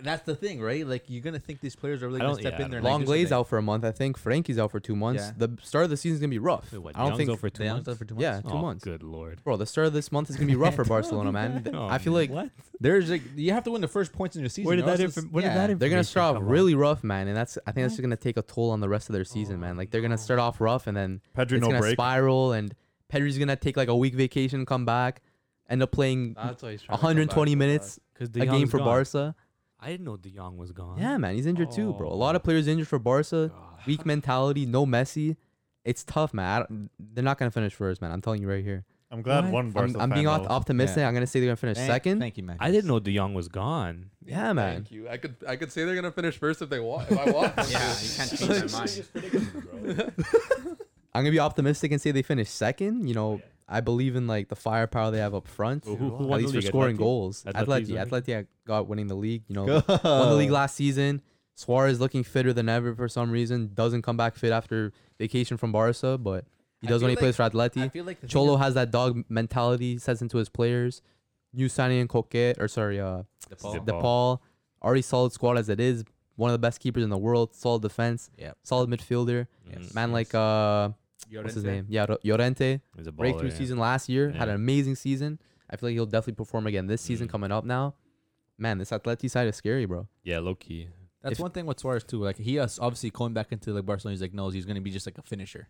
[SPEAKER 4] that's the thing, right? Like you're gonna think these players are really
[SPEAKER 2] I
[SPEAKER 4] gonna
[SPEAKER 2] don't-
[SPEAKER 4] step
[SPEAKER 2] yeah, I
[SPEAKER 4] in there.
[SPEAKER 2] don't
[SPEAKER 4] and, like,
[SPEAKER 1] Long
[SPEAKER 4] do
[SPEAKER 1] Longlay's
[SPEAKER 4] something.
[SPEAKER 1] out for a month, I think. Frankie's out for two months.
[SPEAKER 4] Yeah.
[SPEAKER 1] The start of the season's gonna be rough.
[SPEAKER 2] Wait, what,
[SPEAKER 1] I don't
[SPEAKER 2] Young's
[SPEAKER 1] think,
[SPEAKER 2] out for two
[SPEAKER 4] They
[SPEAKER 2] months.
[SPEAKER 4] announced that for two months.
[SPEAKER 1] yeah, two
[SPEAKER 2] oh,
[SPEAKER 1] months.
[SPEAKER 2] Good lord.
[SPEAKER 1] Bro, the start of this month is gonna be rough for Barcelona, man. Th-
[SPEAKER 2] Oh,
[SPEAKER 1] I feel
[SPEAKER 2] man.
[SPEAKER 1] like
[SPEAKER 2] what?
[SPEAKER 4] There's like you have to win the first points in your season.
[SPEAKER 2] Where did
[SPEAKER 4] or
[SPEAKER 2] that?
[SPEAKER 4] else
[SPEAKER 2] Infor-
[SPEAKER 4] it's-
[SPEAKER 2] where did that?
[SPEAKER 4] yeah.
[SPEAKER 1] they're gonna
[SPEAKER 2] information
[SPEAKER 1] start off
[SPEAKER 2] come on?
[SPEAKER 1] really rough, man, and that's I think that's just gonna take a toll on the rest of their season, man. Like they're gonna start off rough and then
[SPEAKER 6] Pedri
[SPEAKER 1] it's
[SPEAKER 6] no
[SPEAKER 1] gonna
[SPEAKER 6] break.
[SPEAKER 1] spiral, and Pedri's gonna take like a week vacation, come back, end up playing
[SPEAKER 5] That's why he's trying to come back
[SPEAKER 1] 120
[SPEAKER 5] so
[SPEAKER 1] minutes
[SPEAKER 2] Because
[SPEAKER 1] a game for Barca.
[SPEAKER 2] I didn't know De Jong was gone.
[SPEAKER 1] Yeah, man, he's injured too, bro. A lot
[SPEAKER 2] Oh.
[SPEAKER 1] of players injured for Barca. Weak mentality, no Messi. It's tough, man. I don't, they're not gonna finish first, man. I'm telling you right here.
[SPEAKER 6] I'm glad
[SPEAKER 2] What?
[SPEAKER 6] one
[SPEAKER 1] I'm,
[SPEAKER 6] Barca
[SPEAKER 1] I'm being
[SPEAKER 6] fan
[SPEAKER 1] op-
[SPEAKER 6] knows.
[SPEAKER 1] optimistic. I'm gonna say they're gonna finish
[SPEAKER 4] Thank-
[SPEAKER 1] second.
[SPEAKER 4] Thank you, man.
[SPEAKER 2] I didn't know De Jong was gone.
[SPEAKER 1] yeah,
[SPEAKER 5] far.
[SPEAKER 1] man.
[SPEAKER 5] Thank you. I could I could say they're gonna finish first if they want. If I want. them to.
[SPEAKER 3] Yeah, you can't change my mind.
[SPEAKER 1] I'm gonna be optimistic and say they finish second. You know, I believe in like the firepower they have up front.
[SPEAKER 2] Who- who
[SPEAKER 1] at
[SPEAKER 2] won the
[SPEAKER 1] least for
[SPEAKER 2] league?
[SPEAKER 1] scoring
[SPEAKER 2] Atleti?
[SPEAKER 1] goals.
[SPEAKER 2] Atleti's
[SPEAKER 1] Atleti,
[SPEAKER 2] winning?
[SPEAKER 1] Atleti got winning the league. You know, won the league last season. Suarez looking fitter than ever for some reason. Doesn't come back fit after vacation from Barca, but he
[SPEAKER 3] I
[SPEAKER 1] does
[SPEAKER 3] feel
[SPEAKER 1] when he plays for
[SPEAKER 3] I
[SPEAKER 1] Atleti.
[SPEAKER 3] feel like the thing
[SPEAKER 1] Cholo
[SPEAKER 3] is-
[SPEAKER 1] has that dog mentality. Says into his players. New signing in Coquet or sorry, uh,
[SPEAKER 2] DePaul.
[SPEAKER 1] DePaul. Already solid squad as it is. One of the best keepers in the world. Solid defense.
[SPEAKER 4] Yep.
[SPEAKER 1] Solid midfielder.
[SPEAKER 2] Yes,
[SPEAKER 1] Man like uh, what's his
[SPEAKER 3] Llorente.
[SPEAKER 1] name? Yeah, Ro- Llorente
[SPEAKER 2] He's a baller,
[SPEAKER 1] breakthrough
[SPEAKER 2] yeah.
[SPEAKER 1] season last year. Had an
[SPEAKER 2] Yeah.
[SPEAKER 1] amazing season. I feel like he'll definitely perform again this season
[SPEAKER 2] Mm.
[SPEAKER 1] coming up now. Man, this Atleti side is scary, bro.
[SPEAKER 2] Yeah, low key.
[SPEAKER 4] That's
[SPEAKER 1] If-
[SPEAKER 4] one thing with Suarez too. Like he is obviously going back into like Barcelona, he's like, no, he's gonna be just like a finisher.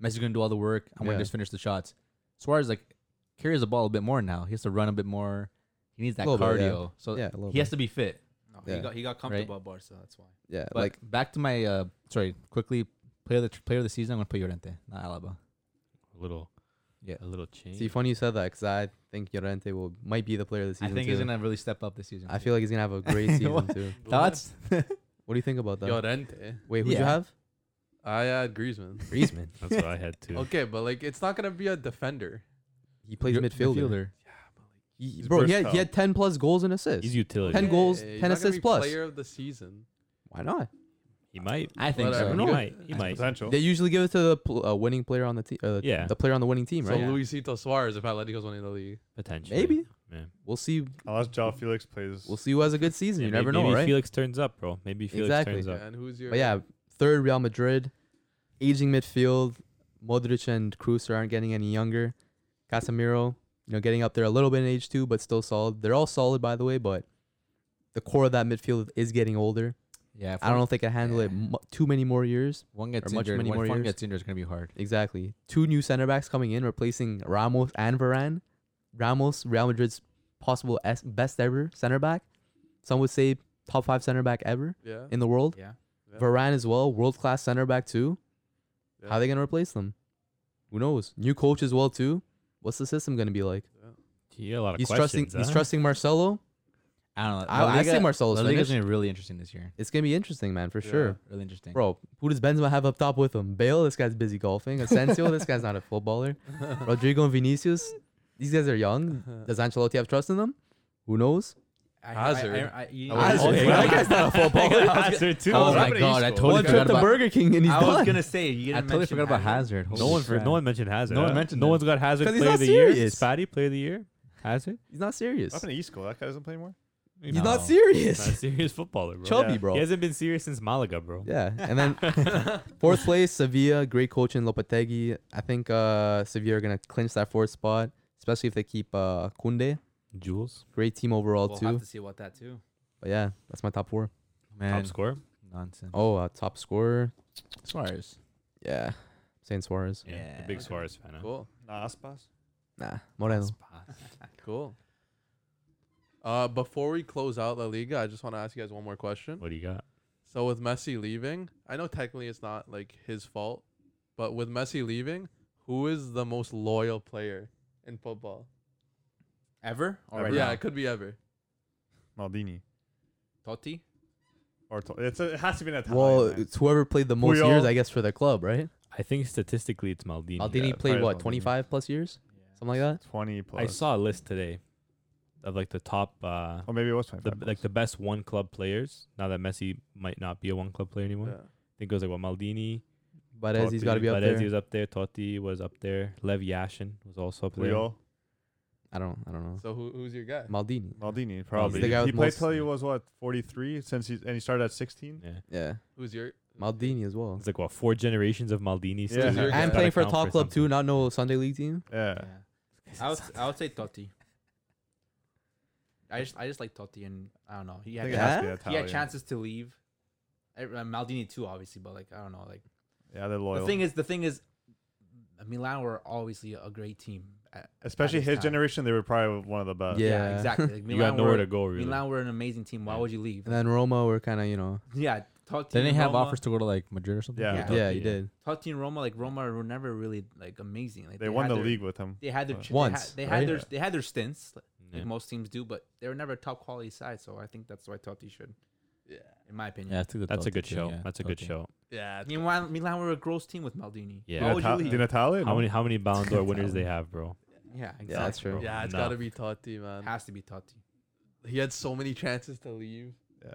[SPEAKER 4] Messi's gonna do all the work. I'm
[SPEAKER 1] Yeah.
[SPEAKER 4] gonna just finish the shots. Suarez like carries the ball a bit more now. He has to run a bit more. He needs that
[SPEAKER 1] Little
[SPEAKER 4] cardio.
[SPEAKER 1] bit, yeah.
[SPEAKER 4] So
[SPEAKER 1] yeah, a little
[SPEAKER 4] he has
[SPEAKER 1] bit.
[SPEAKER 4] to be fit.
[SPEAKER 3] No,
[SPEAKER 1] Yeah.
[SPEAKER 3] he got he got comfortable at Barca. That's why.
[SPEAKER 1] yeah,
[SPEAKER 4] But
[SPEAKER 1] like
[SPEAKER 4] back to my uh sorry, quickly player of the player of the season. I'm gonna put Llorente, not Alaba.
[SPEAKER 2] A little.
[SPEAKER 4] Yeah.
[SPEAKER 2] A little change.
[SPEAKER 1] see, funny you said that because I think Llorente will might be the player of the
[SPEAKER 4] I
[SPEAKER 1] season.
[SPEAKER 4] think he's
[SPEAKER 1] too.
[SPEAKER 4] gonna really step up this season.
[SPEAKER 1] I feel like he's gonna have a great season
[SPEAKER 4] What?
[SPEAKER 1] too.
[SPEAKER 4] thoughts.
[SPEAKER 1] What do you think about that?
[SPEAKER 5] Llorente.
[SPEAKER 1] Wait, who'd you
[SPEAKER 4] Yeah.
[SPEAKER 1] have?
[SPEAKER 5] I had Griezmann.
[SPEAKER 1] Griezmann.
[SPEAKER 2] That's what I had too.
[SPEAKER 5] Okay, but like it's not gonna be a defender.
[SPEAKER 1] He plays
[SPEAKER 4] You're-
[SPEAKER 1] midfielder. He- bro, he had, he
[SPEAKER 6] versatile.
[SPEAKER 1] had 10 plus goals and assists.
[SPEAKER 2] He's utility.
[SPEAKER 1] Ten goals,
[SPEAKER 5] Hey, he's
[SPEAKER 1] ten
[SPEAKER 5] not gonna
[SPEAKER 1] assists
[SPEAKER 5] be
[SPEAKER 1] plus.
[SPEAKER 5] Player of the season.
[SPEAKER 1] Why not?
[SPEAKER 2] He might.
[SPEAKER 4] I think
[SPEAKER 5] Whatever.
[SPEAKER 4] so.
[SPEAKER 2] He
[SPEAKER 5] No.
[SPEAKER 2] might. He
[SPEAKER 6] That's
[SPEAKER 2] might.
[SPEAKER 6] potential.
[SPEAKER 1] They usually give it to the pl- uh, winning player on the team. Uh,
[SPEAKER 2] Yeah.
[SPEAKER 1] The player on the winning team,
[SPEAKER 5] So
[SPEAKER 1] right?
[SPEAKER 5] Luisito Suarez if Atletico's winning the league.
[SPEAKER 2] Potentially.
[SPEAKER 1] Maybe.
[SPEAKER 2] Yeah.
[SPEAKER 1] We'll see.
[SPEAKER 6] Unless Jao Felix plays.
[SPEAKER 1] We'll see who has a good season.
[SPEAKER 2] Yeah,
[SPEAKER 1] you
[SPEAKER 2] may-
[SPEAKER 1] never
[SPEAKER 2] maybe,
[SPEAKER 1] know, right?
[SPEAKER 2] Felix turns up, bro. Maybe Felix
[SPEAKER 1] Exactly.
[SPEAKER 2] turns up.
[SPEAKER 5] Yeah, and who's your
[SPEAKER 1] But yeah, third Real Madrid, aging midfield. Modric and Cruz aren't getting any younger. Casemiro, you know, getting up there a little bit in age too, but still solid. They're all solid, by the way, but the core of that midfield is getting older.
[SPEAKER 4] Yeah, if
[SPEAKER 1] I don't know if they can handle it mu- too many more years.
[SPEAKER 4] One gets
[SPEAKER 1] or much
[SPEAKER 4] injured.
[SPEAKER 1] many
[SPEAKER 4] One,
[SPEAKER 1] more
[SPEAKER 4] if one
[SPEAKER 1] years.
[SPEAKER 4] gets injured. It's gonna be hard.
[SPEAKER 1] Exactly. Two new center backs coming in, replacing Ramos and Varane. Ramos, Real Madrid's possible es- best ever center back. Some would say top five center back ever
[SPEAKER 5] yeah.
[SPEAKER 1] in the world.
[SPEAKER 3] Yeah.
[SPEAKER 5] Yeah.
[SPEAKER 1] Varane as well, world class center back too.
[SPEAKER 5] Yeah.
[SPEAKER 1] How are they gonna replace them? Who knows? New coach as well too. What's the system gonna be like?
[SPEAKER 2] He got a lot of
[SPEAKER 1] He's
[SPEAKER 2] questions.
[SPEAKER 1] trusting. He's
[SPEAKER 2] huh?
[SPEAKER 1] trusting Marcelo.
[SPEAKER 4] I don't know.
[SPEAKER 1] I, I say Marcelo's
[SPEAKER 4] La Liga's
[SPEAKER 1] finished.
[SPEAKER 4] gonna be really interesting this year.
[SPEAKER 1] It's gonna be interesting, man, for
[SPEAKER 5] Yeah.
[SPEAKER 1] sure.
[SPEAKER 4] Really interesting.
[SPEAKER 1] Bro, who does Benzema have up top with him? Bale, this guy's busy golfing. Asensio, this guy's not a footballer. Rodrigo and Vinicius, these guys are young. Does Ancelotti have trust in them? Who knows?
[SPEAKER 3] I,
[SPEAKER 5] Hazard.
[SPEAKER 3] I, I, I, you-
[SPEAKER 6] I was-
[SPEAKER 2] Oh,
[SPEAKER 6] Hazard.
[SPEAKER 2] yeah.
[SPEAKER 6] That
[SPEAKER 1] guy's not a footballer.
[SPEAKER 2] Hazard too.
[SPEAKER 4] oh
[SPEAKER 6] What
[SPEAKER 4] my
[SPEAKER 6] happened to
[SPEAKER 4] god! I
[SPEAKER 6] Isco?
[SPEAKER 4] totally
[SPEAKER 1] One trip
[SPEAKER 4] forgot
[SPEAKER 1] to
[SPEAKER 4] about.
[SPEAKER 1] Burger King and he's
[SPEAKER 3] I was
[SPEAKER 1] done.
[SPEAKER 3] gonna say you
[SPEAKER 4] I
[SPEAKER 3] didn't
[SPEAKER 4] totally
[SPEAKER 3] mention
[SPEAKER 4] forgot about
[SPEAKER 3] Hazard.
[SPEAKER 4] Hazard.
[SPEAKER 2] No
[SPEAKER 4] Holy
[SPEAKER 2] one, for,
[SPEAKER 4] crap.
[SPEAKER 2] no one mentioned Hazard.
[SPEAKER 4] No one
[SPEAKER 2] huh?
[SPEAKER 4] mentioned
[SPEAKER 2] No
[SPEAKER 4] him.
[SPEAKER 2] one's got Hazard
[SPEAKER 1] 'Cause he's
[SPEAKER 2] player
[SPEAKER 1] not
[SPEAKER 2] of the year.
[SPEAKER 1] serious.
[SPEAKER 2] Spatty player of the year. Hazard.
[SPEAKER 1] He's not serious.
[SPEAKER 6] What happened to Isco? That guy doesn't play anymore.
[SPEAKER 1] He's
[SPEAKER 4] No.
[SPEAKER 1] not
[SPEAKER 2] Not a
[SPEAKER 1] serious.
[SPEAKER 2] serious footballer, bro.
[SPEAKER 1] Chubby,
[SPEAKER 6] Yeah.
[SPEAKER 1] bro.
[SPEAKER 2] He hasn't been serious since Malaga, bro.
[SPEAKER 1] Yeah, and then fourth place, Sevilla. Great coach in Lopetegui. I think uh, Sevilla are gonna clinch that fourth spot, especially if they keep uh, Kunde.
[SPEAKER 2] Jules,
[SPEAKER 1] Great team overall
[SPEAKER 3] We'll
[SPEAKER 1] too.
[SPEAKER 3] have to see about that too.
[SPEAKER 1] But yeah, that's my top four.
[SPEAKER 4] Man,
[SPEAKER 2] top scorer.
[SPEAKER 4] nonsense.
[SPEAKER 1] Oh, uh, top scorer.
[SPEAKER 4] Suarez.
[SPEAKER 1] Yeah, Saint Suarez.
[SPEAKER 2] Yeah, the
[SPEAKER 4] Yeah.
[SPEAKER 2] big Suarez fan. Huh?
[SPEAKER 5] Cool.
[SPEAKER 6] Nah, Aspas.
[SPEAKER 1] Nah, Moreno.
[SPEAKER 5] Cool. Uh, before we close out La Liga, I just want to ask you guys one more question.
[SPEAKER 2] What do you got?
[SPEAKER 5] So with Messi leaving, I know technically it's not like his fault, but with Messi leaving, who is the most loyal player in football?
[SPEAKER 3] Ever or right
[SPEAKER 6] Ever.
[SPEAKER 5] yeah,
[SPEAKER 3] now?
[SPEAKER 5] it could be ever.
[SPEAKER 6] Maldini.
[SPEAKER 3] Totti.
[SPEAKER 6] Or to- it's a, it has to be an Italian.
[SPEAKER 1] Well,
[SPEAKER 6] man.
[SPEAKER 1] it's whoever played the most
[SPEAKER 6] Puyol.
[SPEAKER 1] years, I guess, for the club, right?
[SPEAKER 2] I think statistically it's Maldini.
[SPEAKER 1] Maldini
[SPEAKER 6] Yeah,
[SPEAKER 1] played
[SPEAKER 6] probably
[SPEAKER 1] what,
[SPEAKER 6] Maldini.
[SPEAKER 1] 25 plus years, something like that.
[SPEAKER 6] twenty plus.
[SPEAKER 2] I saw a list today of like the top, uh,
[SPEAKER 6] Or maybe it was
[SPEAKER 2] the,
[SPEAKER 6] twenty-five.
[SPEAKER 2] like the best one club players. Now that Messi might not be a one club player anymore,
[SPEAKER 5] Yeah.
[SPEAKER 2] I think it was like what Maldini,
[SPEAKER 1] But as he's got to
[SPEAKER 6] Totti,
[SPEAKER 1] be up
[SPEAKER 2] Perez,
[SPEAKER 1] there.
[SPEAKER 2] he was up there, Totti was up there, Lev Yashin was also up there.
[SPEAKER 6] Puyol,
[SPEAKER 1] I don't, I don't know.
[SPEAKER 5] So who, who's your guy?
[SPEAKER 1] Maldini.
[SPEAKER 6] Maldini, probably.
[SPEAKER 1] the guy
[SPEAKER 6] he
[SPEAKER 1] with
[SPEAKER 6] played
[SPEAKER 1] most-
[SPEAKER 6] till he was what forty-three, since he and he started at sixteen.
[SPEAKER 2] Yeah,
[SPEAKER 1] Yeah,
[SPEAKER 5] Who's your
[SPEAKER 1] Maldini as well.
[SPEAKER 2] it's like what four generations of Maldini.
[SPEAKER 6] Yeah.
[SPEAKER 5] Who's your guy?
[SPEAKER 1] And
[SPEAKER 5] Gotta
[SPEAKER 1] playing for a top club too, not no Sunday league team.
[SPEAKER 6] Yeah,
[SPEAKER 3] I would I would say Totti. I just I just like Totti and I don't know. He had,
[SPEAKER 6] I think
[SPEAKER 1] Yeah.
[SPEAKER 6] it has to be Italian.
[SPEAKER 3] he had chances to leave. I, uh, Maldini too, obviously, but like I don't know, like
[SPEAKER 6] Yeah, they're loyal.
[SPEAKER 3] the thing is, the thing is, Milan were obviously a great team. Uh, At,
[SPEAKER 6] especially
[SPEAKER 3] at
[SPEAKER 6] his
[SPEAKER 3] time.
[SPEAKER 6] generation, they were probably one of the best.
[SPEAKER 1] Yeah.
[SPEAKER 3] exactly. Like,
[SPEAKER 2] You
[SPEAKER 3] Milan
[SPEAKER 2] got nowhere
[SPEAKER 3] were,
[SPEAKER 2] to go really.
[SPEAKER 3] Milan were an amazing team. Why
[SPEAKER 2] Yeah.
[SPEAKER 3] would you leave?
[SPEAKER 1] And then Roma were kind of, you know.
[SPEAKER 3] Yeah, Totti.
[SPEAKER 4] Didn't they
[SPEAKER 3] and
[SPEAKER 4] have
[SPEAKER 3] Roma,
[SPEAKER 4] offers to go to like Madrid or something?
[SPEAKER 6] Yeah.
[SPEAKER 3] Yeah.
[SPEAKER 2] Totti,
[SPEAKER 1] yeah, he
[SPEAKER 2] yeah.
[SPEAKER 1] did.
[SPEAKER 3] Totti and Roma, like Roma, were never really like amazing. Like
[SPEAKER 6] They, won
[SPEAKER 3] had
[SPEAKER 6] the
[SPEAKER 3] their-
[SPEAKER 6] league with him.
[SPEAKER 3] They had their
[SPEAKER 6] Uh,
[SPEAKER 3] ch-
[SPEAKER 1] Once,
[SPEAKER 3] They had, they
[SPEAKER 1] right?
[SPEAKER 3] had their
[SPEAKER 6] Yeah.
[SPEAKER 3] they had their stints, like
[SPEAKER 2] Yeah.
[SPEAKER 3] most teams do, but they were never a top quality side. So I think that's why Totti should,
[SPEAKER 5] Yeah.
[SPEAKER 3] in my opinion.
[SPEAKER 4] Yeah, I think the
[SPEAKER 2] That's a
[SPEAKER 4] Totti
[SPEAKER 2] good
[SPEAKER 4] too,
[SPEAKER 2] show.
[SPEAKER 4] yeah,
[SPEAKER 2] That's a good
[SPEAKER 4] Totti.
[SPEAKER 2] show.
[SPEAKER 5] Yeah. it's-
[SPEAKER 3] Meanwhile, Milan were a gross team with Maldini.
[SPEAKER 2] Yeah.
[SPEAKER 3] Why would you
[SPEAKER 6] Di
[SPEAKER 3] leave?
[SPEAKER 6] Nata- Di Natale?
[SPEAKER 2] How
[SPEAKER 6] No.
[SPEAKER 2] many how many Ballon d'Or winners
[SPEAKER 4] Exactly.
[SPEAKER 2] they have, bro?
[SPEAKER 3] Yeah, exactly.
[SPEAKER 1] Yeah, that's true.
[SPEAKER 5] Yeah, it's
[SPEAKER 2] No.
[SPEAKER 5] got to be Totti, man.
[SPEAKER 3] Has to be Totti.
[SPEAKER 5] He had so many chances to leave.
[SPEAKER 6] Yeah.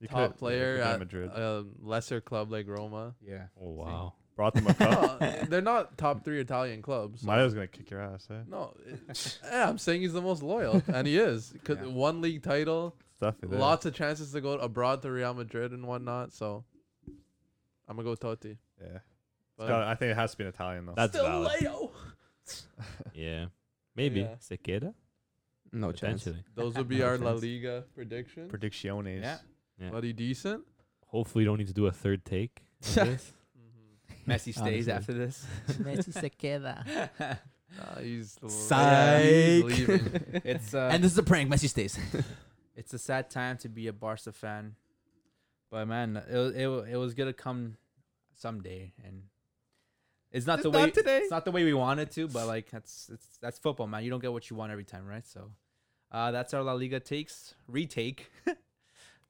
[SPEAKER 6] You could-
[SPEAKER 5] Top
[SPEAKER 6] yeah,
[SPEAKER 5] player
[SPEAKER 6] could be
[SPEAKER 5] at
[SPEAKER 6] Madrid.
[SPEAKER 5] a lesser club like Roma.
[SPEAKER 3] Yeah.
[SPEAKER 2] Oh wow.
[SPEAKER 6] Brought them a cup.
[SPEAKER 5] No, they're not top three Italian clubs. so-
[SPEAKER 6] Mayo's gonna kick your ass, eh?
[SPEAKER 5] No, it- yeah, I'm saying he's the most loyal, and he is. 'Cause
[SPEAKER 3] Yeah.
[SPEAKER 5] One league title,
[SPEAKER 6] Stuff it. eh?
[SPEAKER 5] lots of chances to go abroad to Real Madrid and whatnot. So I'm gonna go Totti.
[SPEAKER 6] Yeah. It's
[SPEAKER 5] But
[SPEAKER 6] gotta- I think it has to be an Italian though.
[SPEAKER 2] That's
[SPEAKER 5] still
[SPEAKER 2] valid.
[SPEAKER 5] Leo.
[SPEAKER 2] Yeah. Maybe
[SPEAKER 5] Yeah.
[SPEAKER 2] Sequeira?
[SPEAKER 1] No chance.
[SPEAKER 2] Potentially.
[SPEAKER 5] Those would be
[SPEAKER 3] No
[SPEAKER 5] our La
[SPEAKER 3] offense.
[SPEAKER 5] Liga predictions.
[SPEAKER 6] Predicciones.
[SPEAKER 3] Yeah.
[SPEAKER 2] Yeah.
[SPEAKER 5] Bloody decent.
[SPEAKER 2] Hopefully, you don't need to do a third take. of this.
[SPEAKER 3] Messi stays
[SPEAKER 4] Honestly.
[SPEAKER 3] after this.
[SPEAKER 4] Messi se queda.
[SPEAKER 5] Nah, he's the-
[SPEAKER 1] Psych.
[SPEAKER 5] he's leaving.
[SPEAKER 3] it's uh,
[SPEAKER 4] And this is a prank. Messi stays.
[SPEAKER 2] Mm-hmm.
[SPEAKER 3] it's a sad time to be a Barca fan, but man, it wa- it, wa- it was gonna come someday, and it's not
[SPEAKER 1] It's
[SPEAKER 3] the way
[SPEAKER 1] not today.
[SPEAKER 3] it's not the way we want it to. But like that's it's that's football, man. You don't get what you want every time, right? So, uh, that's our La Liga takes retake.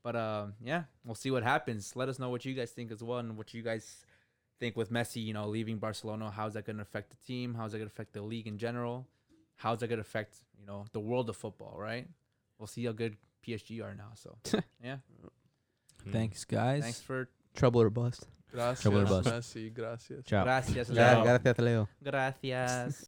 [SPEAKER 3] but um, yeah, we'll see what happens. Let us know what you guys think as well, and what you guys think with Messi, you know, leaving Barcelona. How's that gonna affect the team? How's that gonna affect the league in general? how's that gonna affect you know the world of football, right? We'll see how good PSG are now. So
[SPEAKER 2] Hmm.
[SPEAKER 4] Thanks, guys.
[SPEAKER 3] thanks for
[SPEAKER 1] Trouble or bust.
[SPEAKER 5] Gracias,
[SPEAKER 4] Trouble or bust.
[SPEAKER 5] Messi. Gracias.
[SPEAKER 4] Ciao.
[SPEAKER 3] gracias,
[SPEAKER 1] Yeah,
[SPEAKER 3] Leo.
[SPEAKER 1] gracias, Leo.
[SPEAKER 3] gracias.